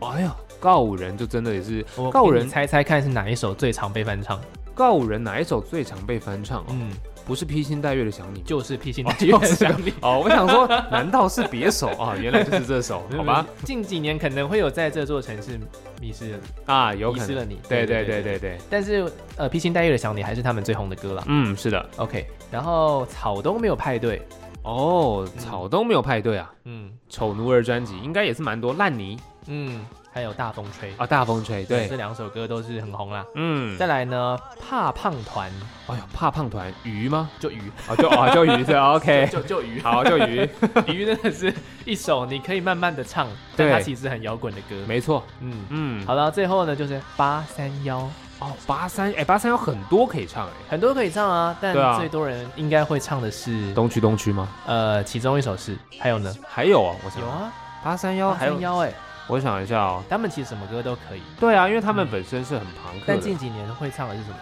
Speaker 2: 哎呀，告五人就真的也是
Speaker 1: 我
Speaker 2: 告
Speaker 1: 告
Speaker 2: 五
Speaker 1: 人
Speaker 2: 人，哦
Speaker 1: 猜猜看是哪一首最常被翻唱？
Speaker 2: 告五人哪一首最常被翻唱哦？
Speaker 1: 嗯，
Speaker 2: 不是披星戴月的想你，
Speaker 1: 就是披星
Speaker 2: 哦
Speaker 1: 戴月的
Speaker 2: 就是这个
Speaker 1: 想你。
Speaker 2: 哦， 我想说，难道是别首啊？原来就是这首，好吧？，
Speaker 1: 嗯近几年可能会有在这座城市迷失了，
Speaker 2: 啊，有
Speaker 1: 遗
Speaker 2: 可
Speaker 1: 失了
Speaker 2: 能。
Speaker 1: 你。
Speaker 2: 对对对对对，
Speaker 1: 但是呃，披星戴月的想你还是他们最红的歌啦。
Speaker 2: 嗯，是的。
Speaker 1: OK，然后草东没有派对，
Speaker 2: 哦，草东没有派对啊，
Speaker 1: 嗯
Speaker 2: 《丑奴儿》专辑应该也是蛮多烂泥
Speaker 1: 嗯，还有大风吹，
Speaker 2: 啊，大风吹，
Speaker 1: 这
Speaker 2: 对，
Speaker 1: 两首歌都是很红啦。
Speaker 2: 嗯，
Speaker 1: 再来呢，怕胖 团
Speaker 2: 哎呦，怕胖团鱼吗？
Speaker 1: 就鱼，
Speaker 2: 啊，就啊，就 鱼的，OK，
Speaker 1: 就就鱼，
Speaker 2: 好，就鱼，
Speaker 1: 鱼真的是一首你可以慢慢的唱，但
Speaker 2: 对
Speaker 1: 它其实很摇滚的歌。
Speaker 2: 没错，
Speaker 1: 嗯，
Speaker 2: 嗯，
Speaker 1: 好了，最后呢就是八三幺，
Speaker 2: 哦，八三，哎，八三有很多可以唱，哎，
Speaker 1: 很多可以唱啊，但
Speaker 2: 对啊
Speaker 1: 最多人应该会唱的是
Speaker 2: 东区东区吗？
Speaker 1: 呃，其中一首是，还有呢，
Speaker 2: 还有啊，我想
Speaker 1: 有啊，
Speaker 2: 八三幺，
Speaker 1: 幺
Speaker 2: 还
Speaker 1: 还
Speaker 2: 有
Speaker 1: 有，幺哎，
Speaker 2: 我想一下哦，
Speaker 1: 他们其实什么歌都可以，
Speaker 2: 对啊，因为他们本身是很朋克
Speaker 1: 但
Speaker 2: 的
Speaker 1: 近，几年会唱的是什么？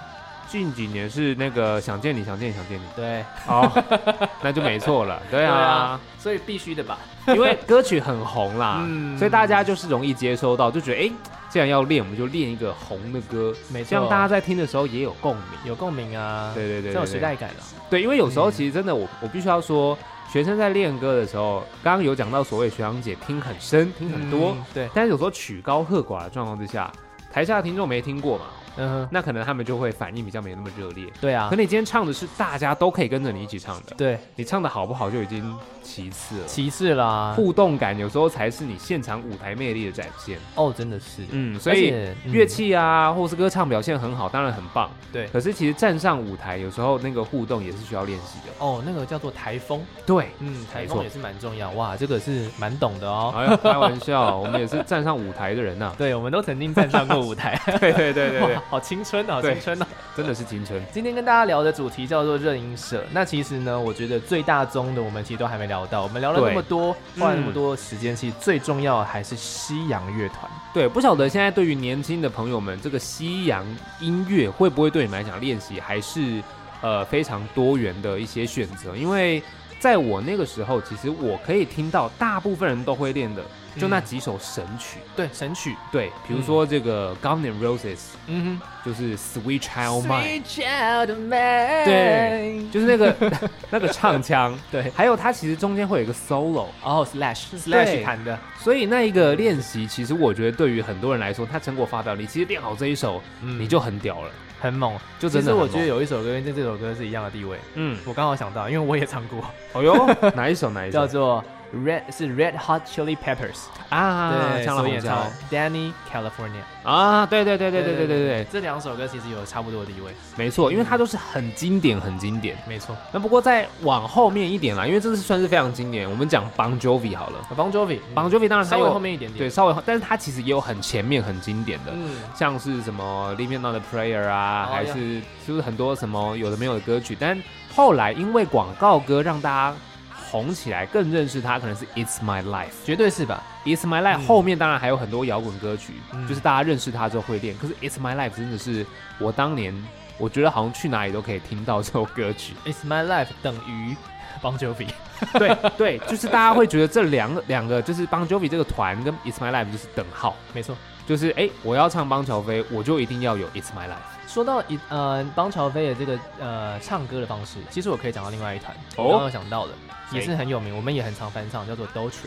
Speaker 2: 近几年是那个想见你，想见你，想见你，
Speaker 1: 对，
Speaker 2: 哦， 那就没错了，对啊，
Speaker 1: 所以必须的吧。
Speaker 2: 因为歌曲很红啦，
Speaker 1: 嗯
Speaker 2: 啊所以大家就是容易接收到，就觉得哎，既然要练，我们就练一个红的歌，
Speaker 1: 没错
Speaker 2: 这样大家在听的时候也有共鸣。
Speaker 1: 有共鸣啊，
Speaker 2: 对对对对
Speaker 1: 这有
Speaker 2: 对
Speaker 1: 时代感啊。
Speaker 2: 对，因为有时候
Speaker 1: 嗯
Speaker 2: 其实真的我，我必须要说，学生在练歌的时候，刚刚有讲到所谓学长姐听很深，听很多，
Speaker 1: 嗯对，
Speaker 2: 但是有时候曲高和寡的状况之下，台下的听众没听过嘛，
Speaker 1: 嗯哼，
Speaker 2: 那可能他们就会反应比较没那么热烈。
Speaker 1: 对啊
Speaker 2: 可，你今天唱的是大家都可以跟着你一起唱的，
Speaker 1: 对，
Speaker 2: 你唱的好不好就已经其次了。
Speaker 1: 其次啦，
Speaker 2: 互动感有时候才是你现场舞台魅力的展现。
Speaker 1: 哦，真的是，
Speaker 2: 嗯，所
Speaker 1: 而
Speaker 2: 以
Speaker 1: 且嗯
Speaker 2: 乐器啊，或是歌唱表现很好，当然很棒。
Speaker 1: 对，
Speaker 2: 可是其实站上舞台，有时候那个互动也是需要练习的。
Speaker 1: 哦，那个叫做台风，
Speaker 2: 对，
Speaker 1: 嗯，台
Speaker 2: 没错
Speaker 1: 风也是蛮重要，哇，这个是蛮懂的哦。
Speaker 2: 哎呀，开玩笑，我们也是站上舞台的人呐、
Speaker 1: 对，我们都曾经站上过舞台，
Speaker 2: 对对对 对
Speaker 1: 哇， 好青春啊，好
Speaker 2: 对
Speaker 1: 青春啊！
Speaker 2: 真的是青春。
Speaker 1: 今天跟大家聊的主题叫做热音社。那其实呢，我觉得最大宗的我们其实都还没聊到，我们聊了
Speaker 2: 对
Speaker 1: 那么多，
Speaker 2: 嗯
Speaker 1: 花了那么多时间，其实最重要的还是西洋乐团。
Speaker 2: 对，不晓得现在对于年轻的朋友们，这个西洋音乐会不会对你们来讲练习还是呃非常多元的一些选择？因为在我那个时候，其实我可以听到大部分人都会练的，就那
Speaker 1: 嗯
Speaker 2: 几首神曲。
Speaker 1: 对，神曲，
Speaker 2: 对，比如说这个《Guns N' Roses》，
Speaker 1: 嗯
Speaker 2: 就是 Sweet Child Mine，
Speaker 1: 哼。Child Man，
Speaker 2: 对就是那个 那个唱腔，
Speaker 1: 对，
Speaker 2: 还有它其实中间会有一个 solo，
Speaker 1: 哦，Slash
Speaker 2: 对
Speaker 1: Slash 弹的，
Speaker 2: 所以那一个练习，其实我觉得对于很多人来说，它成果发表，你其实练好这一首，
Speaker 1: 嗯
Speaker 2: 你就很屌了。
Speaker 1: 很猛。
Speaker 2: 就
Speaker 1: 其
Speaker 2: 真
Speaker 1: 实
Speaker 2: 的很
Speaker 1: 我
Speaker 2: 猛
Speaker 1: 觉得有一首歌跟这这首歌是一样的地位，
Speaker 2: 嗯，
Speaker 1: 我刚好想到，因为我也唱过，
Speaker 2: 哦 哟，哪一首哪一
Speaker 1: 叫
Speaker 2: 首
Speaker 1: 做 Red 是 Red Hot Chili Peppers，
Speaker 2: 啊？
Speaker 1: 对，
Speaker 2: 唱了
Speaker 1: 所
Speaker 2: 红
Speaker 1: 演唱
Speaker 2: 椒
Speaker 1: Danny California。
Speaker 2: 啊？对对对对对对对对，嗯
Speaker 1: 这两首歌其实有差不多的地位，
Speaker 2: 没错，因为它都是很经典很经典。
Speaker 1: 没错。
Speaker 2: 那不过再往后面一点啦，因为这是算是非常经典。我们讲 Bon Jovi 好了
Speaker 1: Bon Jovi，嗯
Speaker 2: ，Bon Jovi 当然它
Speaker 1: 稍微
Speaker 2: 有
Speaker 1: 后面一点点
Speaker 2: 对，，稍微后，但是它其实也有很前面很经典的。
Speaker 1: 嗯，
Speaker 2: 像是什么《Living on the Prayer》啊，
Speaker 1: 哦
Speaker 2: 还
Speaker 1: 呀
Speaker 2: 是是不是很多什么有的没有的歌曲？但后来因为广告歌让大家红起来，更认识他，可能是《It's My Life
Speaker 1: 绝对是吧？》。
Speaker 2: 《It's My Life》
Speaker 1: 嗯
Speaker 2: 后面当然还有很多摇滚歌曲，
Speaker 1: 嗯
Speaker 2: 就是大家认识他之后会练。可是《It's My Life》真的是我当年我觉得好像去哪里都可以听到这首歌曲。
Speaker 1: It's My Life 等于 Bon Jovi，
Speaker 2: 对 对，就是大家会觉得这两 个两个就是 Bon Jovi 这个团跟《It's My Life》就是等号，
Speaker 1: 没错。
Speaker 2: 就是哎，我要唱邦乔飞，我就一定要有《It's My Life》。
Speaker 1: 说到一呃邦乔飞的这个呃唱歌的方式，其实我可以讲到另外一团，
Speaker 2: 哦
Speaker 1: 我刚刚想到的也是
Speaker 2: 谁
Speaker 1: 很有名，我们也很常翻唱，叫做 Dolce。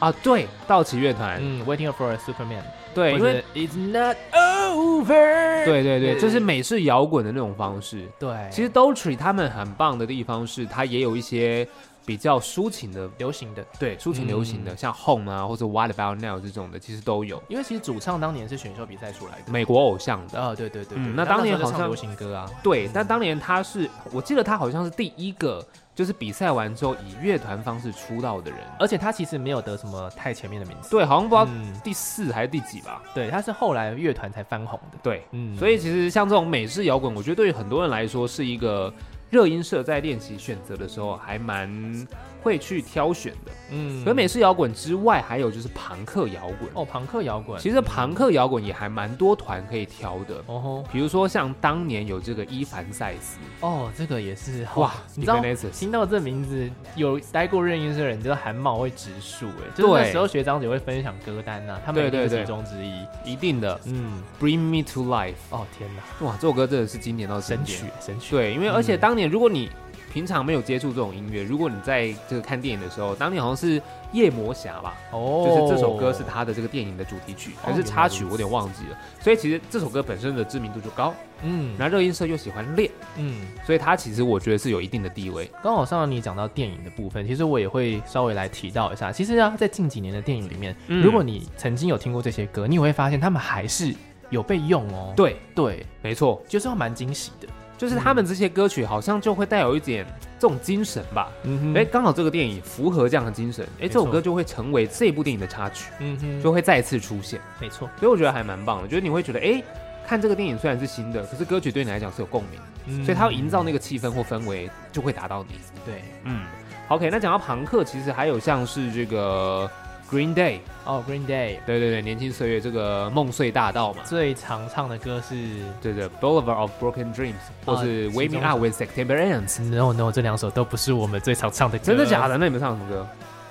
Speaker 2: 啊，对，道奇乐团，
Speaker 1: 嗯，Waiting for a Superman，
Speaker 2: 哎对，因
Speaker 1: 或
Speaker 2: 为
Speaker 1: 者 It's Not Over。
Speaker 2: 对对对，
Speaker 1: 对
Speaker 2: 这是美式摇滚的那种方式。
Speaker 1: 对，
Speaker 2: 其实 Dolce 他们很棒的地方是，它也有一些比较抒情的，
Speaker 1: 流行的，
Speaker 2: 对，抒情
Speaker 1: 嗯
Speaker 2: 流行的，像 Home 啊，或者 What About Now 这种的，其实都有。
Speaker 1: 因为其实主唱当年是选秀比赛出来的。
Speaker 2: 美国偶像的，
Speaker 1: 哦，对对对对，
Speaker 2: 嗯那
Speaker 1: 那
Speaker 2: 当年
Speaker 1: 时候就
Speaker 2: 好
Speaker 1: 唱
Speaker 2: 像
Speaker 1: 流行歌啊，
Speaker 2: 对，但当年他是，我记得他好像是第一个，就是比赛完之后以乐团方式出道的人。
Speaker 1: 而且他其实没有得什么太前面的名次，
Speaker 2: 对，啊好像不知道
Speaker 1: 嗯，
Speaker 2: 第四还是第几吧。
Speaker 1: 对，他是后来乐团才翻红的，
Speaker 2: 对，
Speaker 1: 嗯，
Speaker 2: 所
Speaker 1: 以
Speaker 2: 以其实像这种美式摇滚，我觉得对于很多人来说是一个热音社在练习选择的时候还蛮会去挑选的。
Speaker 1: 嗯，
Speaker 2: 可美式摇滚之外，还有就是朋克摇滚。
Speaker 1: 哦，朋克摇滚，
Speaker 2: 其实朋克摇滚也还蛮多团可以挑的，
Speaker 1: 哦吼，
Speaker 2: 比如说像当年有这个伊凡塞斯，
Speaker 1: 哦，这个也是
Speaker 2: 哇
Speaker 1: 你知道
Speaker 2: Evanescence
Speaker 1: 听到这名字，有待过热音社的人，知道韩帽会植树，哎，就是
Speaker 2: 对
Speaker 1: 那时候学长姐会分享歌单啊呐、他们
Speaker 2: 对
Speaker 1: 一定
Speaker 2: 对
Speaker 1: 是
Speaker 2: 对
Speaker 1: 其中之一。
Speaker 2: 一定的
Speaker 1: 嗯，
Speaker 2: Bring Me to Life，
Speaker 1: 哦天哪，
Speaker 2: 哇，这首歌真的是经典到经
Speaker 1: 神
Speaker 2: 典
Speaker 1: 曲嗯神曲，
Speaker 2: 对，因为而且当年如果你平常没有接触这种音乐，如果你在这个看电影的时候，当年好像是《夜魔侠》吧，
Speaker 1: 哦
Speaker 2: 就是这首歌是他的这个电影的主题曲还是插曲，
Speaker 1: 原来如此
Speaker 2: 我有点忘记了。所以其实这首歌本身的知名度就高，
Speaker 1: 嗯
Speaker 2: 然后热音社又喜欢练，
Speaker 1: 嗯，
Speaker 2: 所以它其实我觉得是有一定的地位。
Speaker 1: 刚好上到你讲到电影的部分，其实我也会稍微来提到一下。其实啊，在近几年的电影里面，
Speaker 2: 嗯
Speaker 1: 如果你曾经有听过这些歌，你也会发现他们还是有被用哦。
Speaker 2: 对，
Speaker 1: 对，
Speaker 2: 没错，
Speaker 1: 就是要蛮惊喜的。
Speaker 2: 就是他们这些歌曲好像就会带有一点这种精神吧。
Speaker 1: 嗯哼
Speaker 2: 哎、刚好这个电影符合这样的精神，哎、
Speaker 1: 没
Speaker 2: 这首
Speaker 1: 错
Speaker 2: 歌就会成为这部电影的插曲，
Speaker 1: 嗯哼，
Speaker 2: 就会再次出现。
Speaker 1: 没错，
Speaker 2: 所以我觉得还蛮棒的，就是你会觉得，哎、看这个电影虽然是新的，可是歌曲对你来讲是有共鸣，
Speaker 1: 嗯
Speaker 2: 所以它要营造那个气氛或氛围，就会达到你。
Speaker 1: 对
Speaker 2: 嗯，OK，那讲到朋克，其实还有像是这个 Green Day，
Speaker 1: 哦，Green Day
Speaker 2: 对对对，年轻岁月这个梦碎大道嘛，
Speaker 1: 最常唱的歌是
Speaker 2: 对对，Boulevard of Broken Dreams，或是
Speaker 1: 啊其
Speaker 2: Wake
Speaker 1: 中
Speaker 2: Me Up When September Ends，
Speaker 1: No No 这两首都不是我们最常唱的歌，
Speaker 2: 真的假的？那你们唱什么歌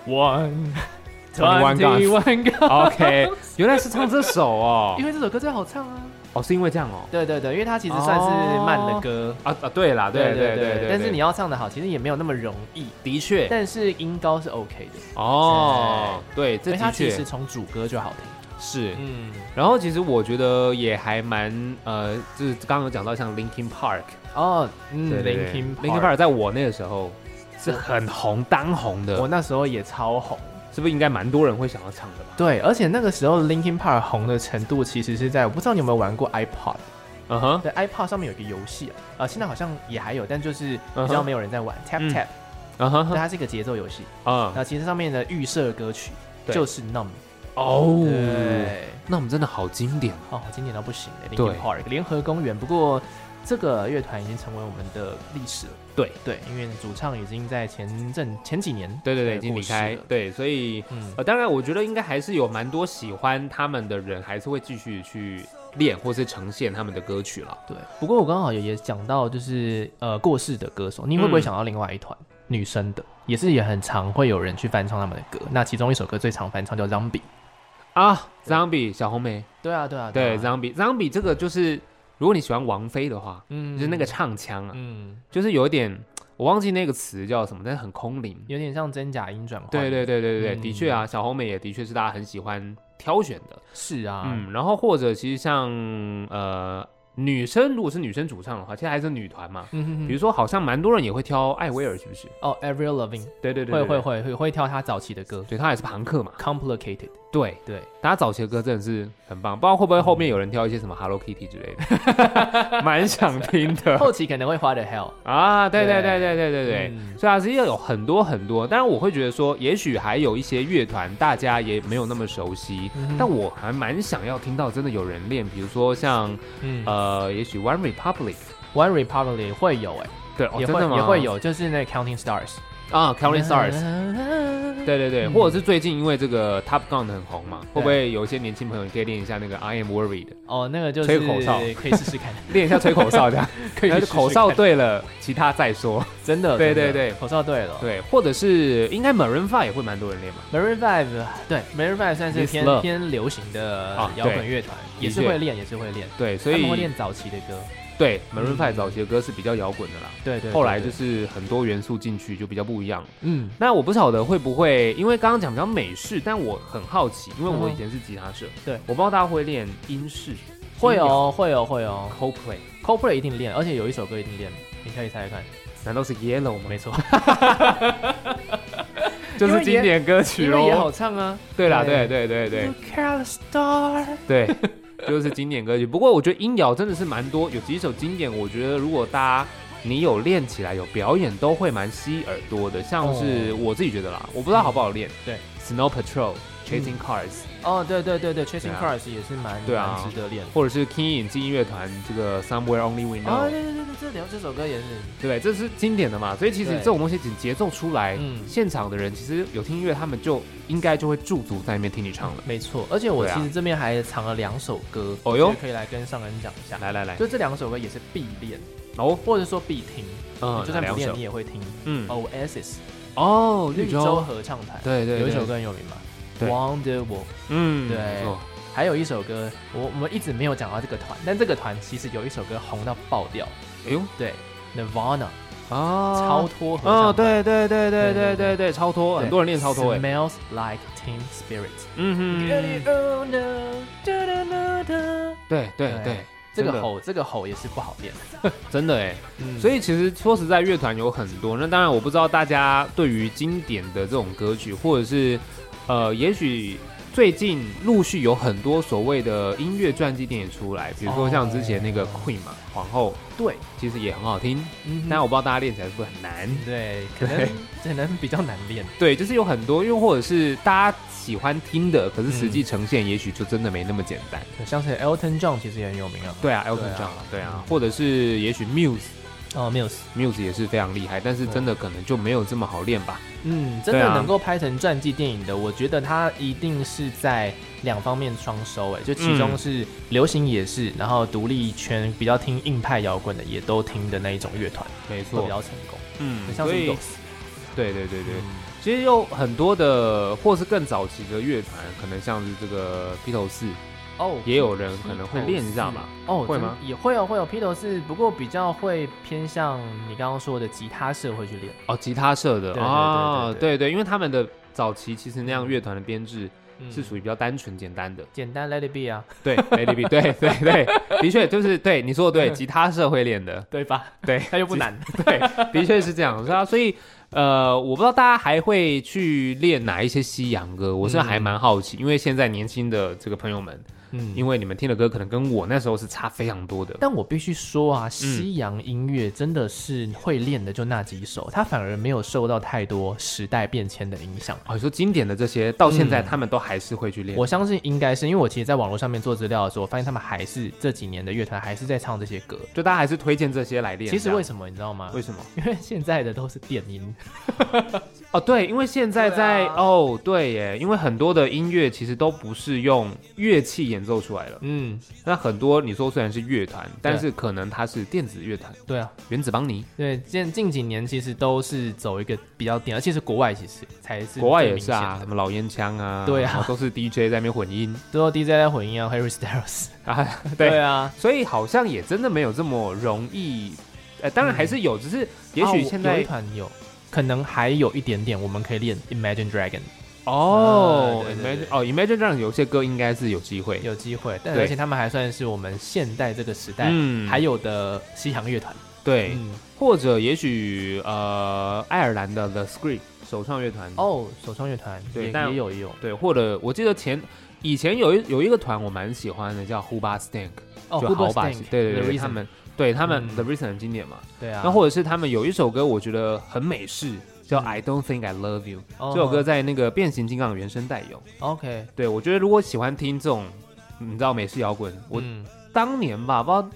Speaker 1: ？One
Speaker 2: Twenty One
Speaker 1: Twenty One Guns，
Speaker 2: ？OK，原来是唱这首哦
Speaker 1: 因，为这首歌最好唱啊。
Speaker 2: 哦，是因为这样哦，
Speaker 1: 对对对，因为它其实算是慢的歌。
Speaker 2: 啊啊，对啦，对对对对，
Speaker 1: 哦但是你
Speaker 2: 要
Speaker 1: 要唱的好，其实也没有那么容易，
Speaker 2: 的确
Speaker 1: 但是音高是 OK 的，
Speaker 2: 哦，对，
Speaker 1: 所
Speaker 2: 这
Speaker 1: 以它
Speaker 2: 的
Speaker 1: 其
Speaker 2: 确
Speaker 1: 实从主歌就好听。
Speaker 2: 是。
Speaker 1: 嗯，
Speaker 2: 然后其实我觉得也还蛮呃，就是刚刚有讲到像 Linkin Park，
Speaker 1: 哦，嗯
Speaker 2: 对对对
Speaker 1: ，Linkin
Speaker 2: Linkin Park 在我那个时候是很红当红的
Speaker 1: 我，那时候也超红。
Speaker 2: 是不是应该蛮多人会想要唱的吧？
Speaker 1: 对，而且那个时候 Linkin Park 红的程度其实是在，我不知道你有没有玩过 iPod。
Speaker 2: 嗯哼，
Speaker 1: 对，iPod 上面有一个游戏啊，呃，现在好像也还有，但就是
Speaker 2: 嗯
Speaker 1: 比
Speaker 2: 哼
Speaker 1: 较没有人在玩。Tap
Speaker 2: 嗯
Speaker 1: Tap，对，
Speaker 2: 嗯哼，
Speaker 1: 它是一个节奏游戏。
Speaker 2: 啊
Speaker 1: 那其实上面的预设歌曲
Speaker 2: 对
Speaker 1: 就是 Numb。
Speaker 2: 哦，
Speaker 1: 对，
Speaker 2: 那我们真的好经典
Speaker 1: 哦，经典到不行的
Speaker 2: 对
Speaker 1: Linkin Park 联合公园。不过这个乐团已经成为我们的历史了。
Speaker 2: 对
Speaker 1: 对，因为主唱已经在前阵前几年
Speaker 2: 对对对，已
Speaker 1: 对
Speaker 2: 经离
Speaker 1: 过世
Speaker 2: 开
Speaker 1: 了，
Speaker 2: 对，所以
Speaker 1: 嗯
Speaker 2: 呃，当然我觉得应该还是有蛮多喜欢他们的人，还是会继续去练或是呈现他们的歌曲了。
Speaker 1: 对，不过我刚好也也讲到，就是呃过世的歌手，你会不会想到另外一团、女生的，也是也很常会有人去翻唱他们的歌。那其中一首歌最常翻唱叫《Zombie》。
Speaker 2: 啊，Zombie 小红梅，
Speaker 1: 对啊，对啊，
Speaker 2: 对
Speaker 1: 啊
Speaker 2: ，Zombie Zombie 这个就是，如果你喜欢王菲的话，
Speaker 1: 嗯
Speaker 2: 就是那个，唱腔啊，
Speaker 1: 嗯，
Speaker 2: 就是有一点我忘记那个词叫什么，但是很空灵。
Speaker 1: 有点像真假音转换。
Speaker 2: 对对，对对对，
Speaker 1: 嗯
Speaker 2: 的确啊，小红美也的确是大家很喜欢挑选的。
Speaker 1: 是啊，
Speaker 2: 嗯，然后或者其实像呃女生，如果是女生主唱的话，现在还是女团嘛。
Speaker 1: 嗯哼
Speaker 2: 比
Speaker 1: 哼
Speaker 2: 如说，好像蛮多人也会挑艾薇儿，是不是？
Speaker 1: 哦，Avril Lavigne
Speaker 2: 对对对，
Speaker 1: 会
Speaker 2: 对
Speaker 1: 会，会会会挑他早期的歌
Speaker 2: 对她也是朋克嘛。
Speaker 1: ，Complicated。
Speaker 2: 对，
Speaker 1: 对，
Speaker 2: 大家早期的歌真的是很棒，不知道会不会后面有人挑一些什么 Hello Kitty 之类的， 蛮想听的。
Speaker 1: 后期可能会花的 Hell。
Speaker 2: 啊，对对
Speaker 1: 对
Speaker 2: 对对对对对，
Speaker 1: 嗯
Speaker 2: 所以啊，其实有很多很多，当然我会觉得说，也许还有一些乐团大家也没有那么熟悉，
Speaker 1: 嗯哼
Speaker 2: 但我还蛮想要听到真的有人练，比如说像
Speaker 1: 嗯
Speaker 2: 呃，也许 One Republic，
Speaker 1: ，One Republic 会有哎，
Speaker 2: 对，哦
Speaker 1: 也
Speaker 2: 真的
Speaker 1: 会
Speaker 2: 吗
Speaker 1: 也会有，就是那 Counting Stars。
Speaker 2: 啊，Counting Stars。
Speaker 1: Stars。
Speaker 2: 对对对，
Speaker 1: 嗯
Speaker 2: 或者是最近因为这个 Top Gun 很红嘛，会不会有一些年轻朋友可以练一下那个 I am worried，
Speaker 1: 哦，那个就是
Speaker 2: 吹口哨
Speaker 1: 可以试试看，
Speaker 2: 练一下吹口哨这样，
Speaker 1: 可以
Speaker 2: 然
Speaker 1: 试试
Speaker 2: 后就
Speaker 1: 看哦
Speaker 2: 口哨，对了，其他再说。
Speaker 1: 真的，
Speaker 2: 对
Speaker 1: 真的
Speaker 2: 对对
Speaker 1: 口哨对了。
Speaker 2: 对，或者是应该 Maroon Five 也会蛮多人练嘛。
Speaker 1: Maroon Five，对 Maroon Five 算是
Speaker 2: Miss
Speaker 1: 偏
Speaker 2: Love
Speaker 1: 偏流行的
Speaker 2: 啊
Speaker 1: 摇滚
Speaker 2: 对
Speaker 1: 乐团，也
Speaker 2: 的
Speaker 1: 是
Speaker 2: 确
Speaker 1: 会练，也是会练，
Speaker 2: 对，所
Speaker 1: 他
Speaker 2: 以
Speaker 1: 们会练早期的歌。
Speaker 2: 对 Maroon
Speaker 1: 嗯
Speaker 2: Five 早期的歌是比较摇滚的啦，
Speaker 1: 对对，
Speaker 2: 后来就
Speaker 1: 对
Speaker 2: 是很多元素进去就比较不一样了。
Speaker 1: 嗯
Speaker 2: 那我不晓得会不会，因为刚刚讲比较美式，但我很好奇，因为我
Speaker 1: 嗯
Speaker 2: 以前是吉他社，
Speaker 1: 对
Speaker 2: 我不知道大家会练英式，
Speaker 1: 会哦会哦会哦
Speaker 2: 金鸟，Coldplay，
Speaker 1: ，Coldplay 一定练，而且有一首歌一定练，你可以猜猜看，
Speaker 2: 难道是 Yellow 吗？
Speaker 1: 没 错，
Speaker 2: 就是经典歌曲
Speaker 1: 因为也
Speaker 2: 喽
Speaker 1: 好。唱啊。
Speaker 2: 对啦，对
Speaker 1: 对
Speaker 2: 对对对
Speaker 1: Look at the star。
Speaker 2: 对，就是经典歌曲。不过我觉得音摇真的是蛮多，有几首经典，我觉得如果大家。你有练起来，有表演都会蛮吸耳朵的，像是我自己觉得啦，我不知道好不好练。
Speaker 1: 哦嗯对嗯
Speaker 2: ，Snow Patrol， Chasing Cars，、
Speaker 1: 哦，对对对对，Chasing
Speaker 2: 对啊
Speaker 1: Cars 也是蛮
Speaker 2: 对啊
Speaker 1: 蛮值得练的。
Speaker 2: 或者是 King 引进音乐团这个 Somewhere Only We
Speaker 1: 哦，
Speaker 2: Know，、
Speaker 1: 对对对对，这聊这首歌也是，
Speaker 2: 对不对？这是经典的嘛，所以其实
Speaker 1: 对
Speaker 2: 这种东西，只节奏出来，
Speaker 1: 嗯
Speaker 2: 现场的人其实有听音乐，他们就应该就会驻足在那边听你唱了。
Speaker 1: 没错。而且我
Speaker 2: 对啊
Speaker 1: 其实这边还藏了两首歌，
Speaker 2: 哦哟
Speaker 1: 我觉得可以来跟上人讲一下。
Speaker 2: 来来来，
Speaker 1: 就这两首歌也是必练，
Speaker 2: 哦，
Speaker 1: 或者说必听，
Speaker 2: 嗯，
Speaker 1: 你就算不
Speaker 2: 哪两
Speaker 1: 练
Speaker 2: 首
Speaker 1: 你，也会听。
Speaker 2: 嗯，
Speaker 1: Oasis
Speaker 2: 哦，
Speaker 1: 绿洲，合唱团，
Speaker 2: 对对，
Speaker 1: 有一
Speaker 2: 对
Speaker 1: 首，歌很有名嘛
Speaker 2: 对
Speaker 1: ，Wonderwall。
Speaker 2: 嗯，
Speaker 1: 对
Speaker 2: 没错
Speaker 1: 还有一首歌，我我们一直没有讲到这个团，但这个团其实有一首歌红到爆掉，
Speaker 2: 哎呦，
Speaker 1: 对，Nirvana
Speaker 2: 啊，
Speaker 1: 超脱合
Speaker 2: 哦，
Speaker 1: 唱团，
Speaker 2: 对对对对
Speaker 1: 对
Speaker 2: 对
Speaker 1: 对
Speaker 2: 对对，超脱，
Speaker 1: 对
Speaker 2: 很多人练超脱哎，
Speaker 1: ，Smells Like Teen Spirit，
Speaker 2: 嗯哼，对对
Speaker 1: 对
Speaker 2: 对，
Speaker 1: 这
Speaker 2: 真的
Speaker 1: 个吼这个吼也是不好练，
Speaker 2: 真的哎，
Speaker 1: 嗯
Speaker 2: 所
Speaker 1: 以
Speaker 2: 以其实说实在，乐团有很多。那当然，我不知道大家对于经典的这种歌曲，或者是呃，也许最近陆续有很多所谓的音乐传记电影出来，比如说像之前那个
Speaker 1: 哦
Speaker 2: Queen 嘛，皇后
Speaker 1: 对，
Speaker 2: 其实也很好听，
Speaker 1: 嗯
Speaker 2: 但
Speaker 1: 哼
Speaker 2: 我不知道大家练起来是不是很难。
Speaker 1: 对，可能可能比较难练，
Speaker 2: 对，就是有很多，因为或者是大家喜欢听的，可是实
Speaker 1: 嗯
Speaker 2: 际呈现也许就真的没那么简单。
Speaker 1: 像是 Elton John 其实也很有名啊，
Speaker 2: 对啊，Elton
Speaker 1: 对啊
Speaker 2: John 啊，对啊，或者是也许 Muse。
Speaker 1: 哦 Muse，
Speaker 2: Muse 也是非常厉害，但是真的可能就没有这么好练吧。
Speaker 1: 嗯，真
Speaker 2: 对
Speaker 1: 的
Speaker 2: 啊
Speaker 1: 能够拍成传记电影的，我觉得它一定是在两方面双收，哎，就其中
Speaker 2: 嗯
Speaker 1: 是流行也是，然后独立圈比较听硬派摇滚的也都听的那一种乐团，
Speaker 2: 没
Speaker 1: 都比较成功，
Speaker 2: 嗯
Speaker 1: 像是
Speaker 2: 所以
Speaker 1: Eagles，
Speaker 2: 对对对对，
Speaker 1: 嗯
Speaker 2: 其实有很多的，或是更早期的乐团，可能像是这个披头士，
Speaker 1: 哦，
Speaker 2: 也有人可能会练一下嘛。
Speaker 1: 哦，
Speaker 2: 会
Speaker 1: 真
Speaker 2: 吗？
Speaker 1: 也会哦，会有披头士，不过比较会偏向你刚刚说的吉他社会去练，
Speaker 2: 哦，吉他社
Speaker 1: 对对
Speaker 2: 的
Speaker 1: 对
Speaker 2: 啊，
Speaker 1: 对
Speaker 2: 对对，因为他们的早期其实那样乐团的编制是属
Speaker 1: 于
Speaker 2: 于比较单纯简单的。
Speaker 1: 嗯简单 Let It Be 啊，
Speaker 2: 对，Lady B，对对对，的确就是对你说的对，吉他社会练的，
Speaker 1: 对吧？
Speaker 2: 对，
Speaker 1: 它又不难，
Speaker 2: 对，的确是这样，是啊，所以。呃，我不知道大家还会去练哪一些西洋歌，我是还蛮好奇，因为现在年轻的这个朋友们，
Speaker 1: 嗯
Speaker 2: 因为你们听的歌可能跟我那时候是差非常多的。
Speaker 1: 但我必须说
Speaker 2: 嗯
Speaker 1: 啊，西洋音乐真的是会练的就那几首，它反而没有受到太多时代变迁的影响。
Speaker 2: 哦，你说经典的这些，到现在
Speaker 1: 嗯
Speaker 2: 他们都还是会去练。
Speaker 1: 我相信应该是因为我其实在网络上面做资料的时候，我发现他们还是这几年的乐团还是在唱这些歌。
Speaker 2: 就大家还是推荐这些来练。
Speaker 1: 其实
Speaker 2: 这
Speaker 1: 为
Speaker 2: 样
Speaker 1: 什么你知道吗？
Speaker 2: 啊为什么？
Speaker 1: 因为现在的都是电音，
Speaker 2: 哦，对，因为现在
Speaker 1: 对啊
Speaker 2: 在、哦，对耶，因为很多的音乐其实都不是用乐器演奏出来了。
Speaker 1: 嗯，
Speaker 2: 那很多你说虽然是乐团，但是可能它是电子乐团，
Speaker 1: 对啊，
Speaker 2: 原子邦尼，
Speaker 1: 对，近近几年其实都是走一个比较电，而且是国外其实才是
Speaker 2: 国外
Speaker 1: 最
Speaker 2: 也
Speaker 1: 明
Speaker 2: 是啊，
Speaker 1: 显的
Speaker 2: 什么老烟枪啊，
Speaker 1: 对啊
Speaker 2: 然后都是 DJ 在那边混音
Speaker 1: 都有 DJ 在混音啊，Harry Styles，
Speaker 2: 啊，
Speaker 1: 对啊，
Speaker 2: 所以好像也真的没有这么容易。呃，当然还是有，只是也
Speaker 1: 啊
Speaker 2: 许
Speaker 1: 我
Speaker 2: 现
Speaker 1: 有
Speaker 2: 在
Speaker 1: 一团有，可能还有一点点我们可以练 Imagine Dragon。
Speaker 2: 哦
Speaker 1: 啊对对
Speaker 2: ，Imagine
Speaker 1: 对
Speaker 2: 哦，Imagine 这样有些歌应该是有机会。
Speaker 1: 有机会，但
Speaker 2: 对
Speaker 1: 而且他们还算是我们现代这个时代
Speaker 2: 嗯
Speaker 1: 还有嗯的西洋乐团。
Speaker 2: 对，嗯或者也许呃，爱尔兰的 The Script 首创乐团，
Speaker 1: 哦，首创乐团
Speaker 2: 对
Speaker 1: 也
Speaker 2: 但
Speaker 1: 也有也有。
Speaker 2: 对，或者我记得前以前有一有一个团我蛮喜欢的，叫 Huba Stank，
Speaker 1: 哦
Speaker 2: 就好把
Speaker 1: Hoobastank，
Speaker 2: 对
Speaker 1: The
Speaker 2: 对对，
Speaker 1: Reason，
Speaker 2: 他们对他们
Speaker 1: 嗯
Speaker 2: The Reason 很经典嘛，
Speaker 1: 对啊，
Speaker 2: 那或者是他们有一首歌我觉得很美式，叫
Speaker 1: 嗯
Speaker 2: I Don't Think I Love You，
Speaker 1: 哦
Speaker 2: 这首歌在那个变形金刚的原声带有。
Speaker 1: OK，
Speaker 2: 对我觉得如果喜欢听这种你知道美式摇滚，我
Speaker 1: 嗯
Speaker 2: 当年吧，不知道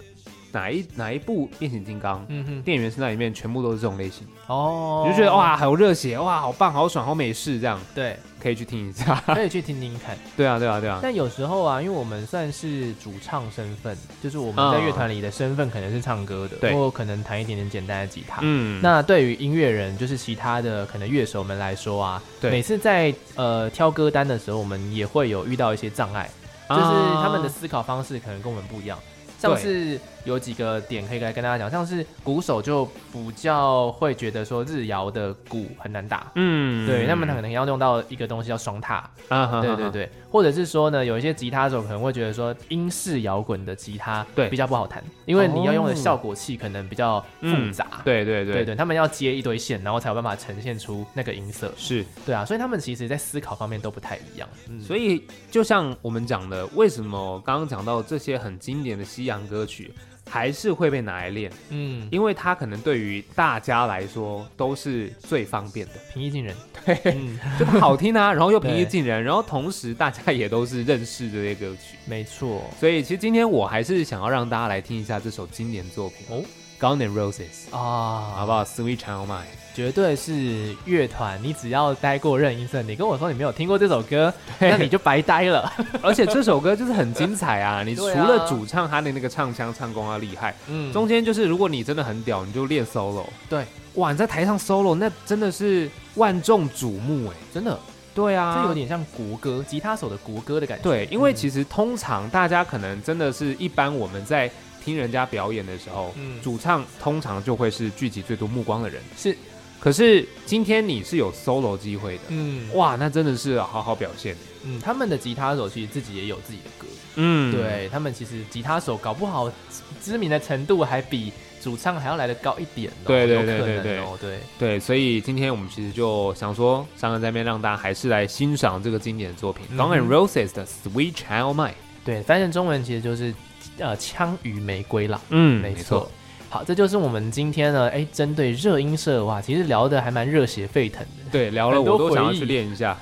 Speaker 2: 哪一哪一部变形金刚。
Speaker 1: 嗯哼
Speaker 2: 电影原声带里面全部都是这种类型，
Speaker 1: 哦，
Speaker 2: 你就觉得哇，好热血，哇，好棒，好爽，好美式，这样
Speaker 1: 对，
Speaker 2: 可以去听一 下。
Speaker 1: 可以去听听 看。
Speaker 2: 对啊，对啊，对啊，
Speaker 1: 但有时候啊，因为我们算是主唱身份，就是我们在乐团里的身份可能是唱歌的，
Speaker 2: 嗯对
Speaker 1: 或可能弹一点点简单的吉他。
Speaker 2: 嗯，
Speaker 1: 啊那对于音乐人，就是其他的可能乐手们来说啊，
Speaker 2: 对
Speaker 1: 每次在呃挑歌单的时候，我们也会有遇到一些障碍，就是他们的
Speaker 2: 啊
Speaker 1: 思考方式可能跟我们不一样。像
Speaker 2: 对
Speaker 1: 是有几个点可以来跟大家讲，像是鼓手就比较会觉得说日摇的鼓很难打，
Speaker 2: 嗯，
Speaker 1: 对他们可能要用到一个东西叫双踏，
Speaker 2: 啊，
Speaker 1: 对对，对，或者是说呢，有一些吉他手可能会觉得说英式摇滚的吉他
Speaker 2: 对
Speaker 1: 比较不好弹，因为你要用
Speaker 2: 哦
Speaker 1: 的效果器可能比较复
Speaker 2: 嗯
Speaker 1: 杂，
Speaker 2: 对对
Speaker 1: 对对，他们要接一堆线，然后才有办法呈现出那个音色。
Speaker 2: 是，
Speaker 1: 对啊，所以他们其实在思考方面都不太一样。嗯，
Speaker 2: 所以就像我们讲的，为什么刚刚讲到这些很经典的西洋歌曲，还是会被拿来练，
Speaker 1: 嗯，
Speaker 2: 因为它可能对于大家来说都是最方便的，
Speaker 1: 平易近人，
Speaker 2: 对，
Speaker 1: 嗯，
Speaker 2: 就好听啊，然后又平易
Speaker 1: 对
Speaker 2: 近人，然后同时大家也都是认识这些歌曲，
Speaker 1: 没错，
Speaker 2: 所以其实今天我还是想要让大家来听一下这首经典作品哦
Speaker 1: 哦
Speaker 2: ，Guns N' Roses，好
Speaker 1: 啊，
Speaker 2: 不好？Sweet Child O' Mine，
Speaker 1: 绝对是乐团，你只要待过任音森，你跟我说你没有听过这首歌，那你就白待了，
Speaker 2: 而且这首歌就是很精彩啊！你除
Speaker 1: 对啊
Speaker 2: 了主唱他的那个唱腔唱功要厉害，
Speaker 1: 嗯
Speaker 2: 中间就是如果你真的很屌，你就练 solo。
Speaker 1: 对，
Speaker 2: 哇，你在台上 solo 那真的是万众瞩目哎。
Speaker 1: 真的，
Speaker 2: 对啊，
Speaker 1: 这有点像国歌，吉他手的国歌的感觉，
Speaker 2: 对，因为
Speaker 1: 嗯
Speaker 2: 其实通常大家可能真的是一般我们在听人家表演的时候，
Speaker 1: 嗯
Speaker 2: 主唱通常就会是聚集最多目光的人。
Speaker 1: 是，
Speaker 2: 可是今天你是有 solo 机会的，
Speaker 1: 嗯
Speaker 2: 哇，那真的是好好表现。
Speaker 1: 嗯，他们的吉他手其实自己也有自己的歌，
Speaker 2: 嗯，
Speaker 1: 对他们其实吉他手搞不好知知名的程度还比主唱还要来的高一点、哦，
Speaker 2: 对对
Speaker 1: 有可
Speaker 2: 对对
Speaker 1: 能
Speaker 2: 对
Speaker 1: 哦，对，
Speaker 2: 对，所以今天我们其实就想说，上个在面让大家还是来欣赏这个经典的作品《
Speaker 1: 嗯
Speaker 2: Guns
Speaker 1: 哼
Speaker 2: N' Roses》的《Sweet Child O' Mine》。
Speaker 1: 对，翻译成中文其实就是呃枪与玫瑰啦，
Speaker 2: 嗯
Speaker 1: 没错。好，这就是我们今天呢，哎，针对热音社哇，其实聊的还蛮热血沸腾 的。
Speaker 2: 对，聊了
Speaker 1: 很多
Speaker 2: 我都想要
Speaker 1: 回忆
Speaker 2: 去练一下。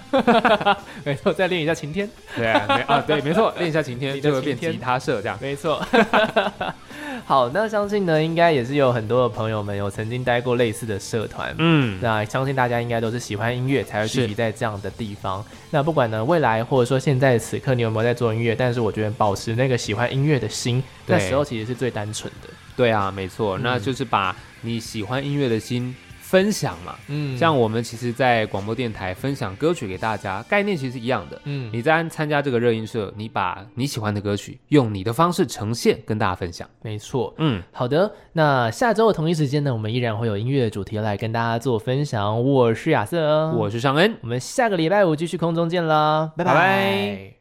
Speaker 1: 没错，再练一下晴天。
Speaker 2: 对啊，没啊，对，没错，练一下晴天
Speaker 1: 你的
Speaker 2: 就会变
Speaker 1: 晴天
Speaker 2: 吉他社这样。
Speaker 1: 没错。 好，那相信呢，应该也是有很多的朋友们有曾经待过类似的社团，
Speaker 2: 嗯，
Speaker 1: 那相信大家应该都是喜欢音乐才会
Speaker 2: 是
Speaker 1: 聚集在这样的地方。那不管呢未来或者说现在此刻你有没有在做音乐，但是我觉得保持那个喜欢音乐的心，
Speaker 2: 对
Speaker 1: 那时候其实是最单纯的。
Speaker 2: 对啊，没错，那
Speaker 1: 嗯
Speaker 2: 就是把你喜欢音乐的心分享嘛。
Speaker 1: 嗯
Speaker 2: 像我们其实，在广播电台分享歌曲给大家，概念其实一样的。
Speaker 1: 嗯
Speaker 2: 你在参加这个热音社，你把你喜欢的歌曲用你的方式呈现，跟大家分享。
Speaker 1: 没错。
Speaker 2: 嗯，
Speaker 1: 好的，那下周的同一时间呢，我们依然会有音乐主题来跟大家做分享。我是亚瑟，
Speaker 2: 我是尚恩。
Speaker 1: 我们下个礼拜五继续空中见啦，拜
Speaker 2: 拜拜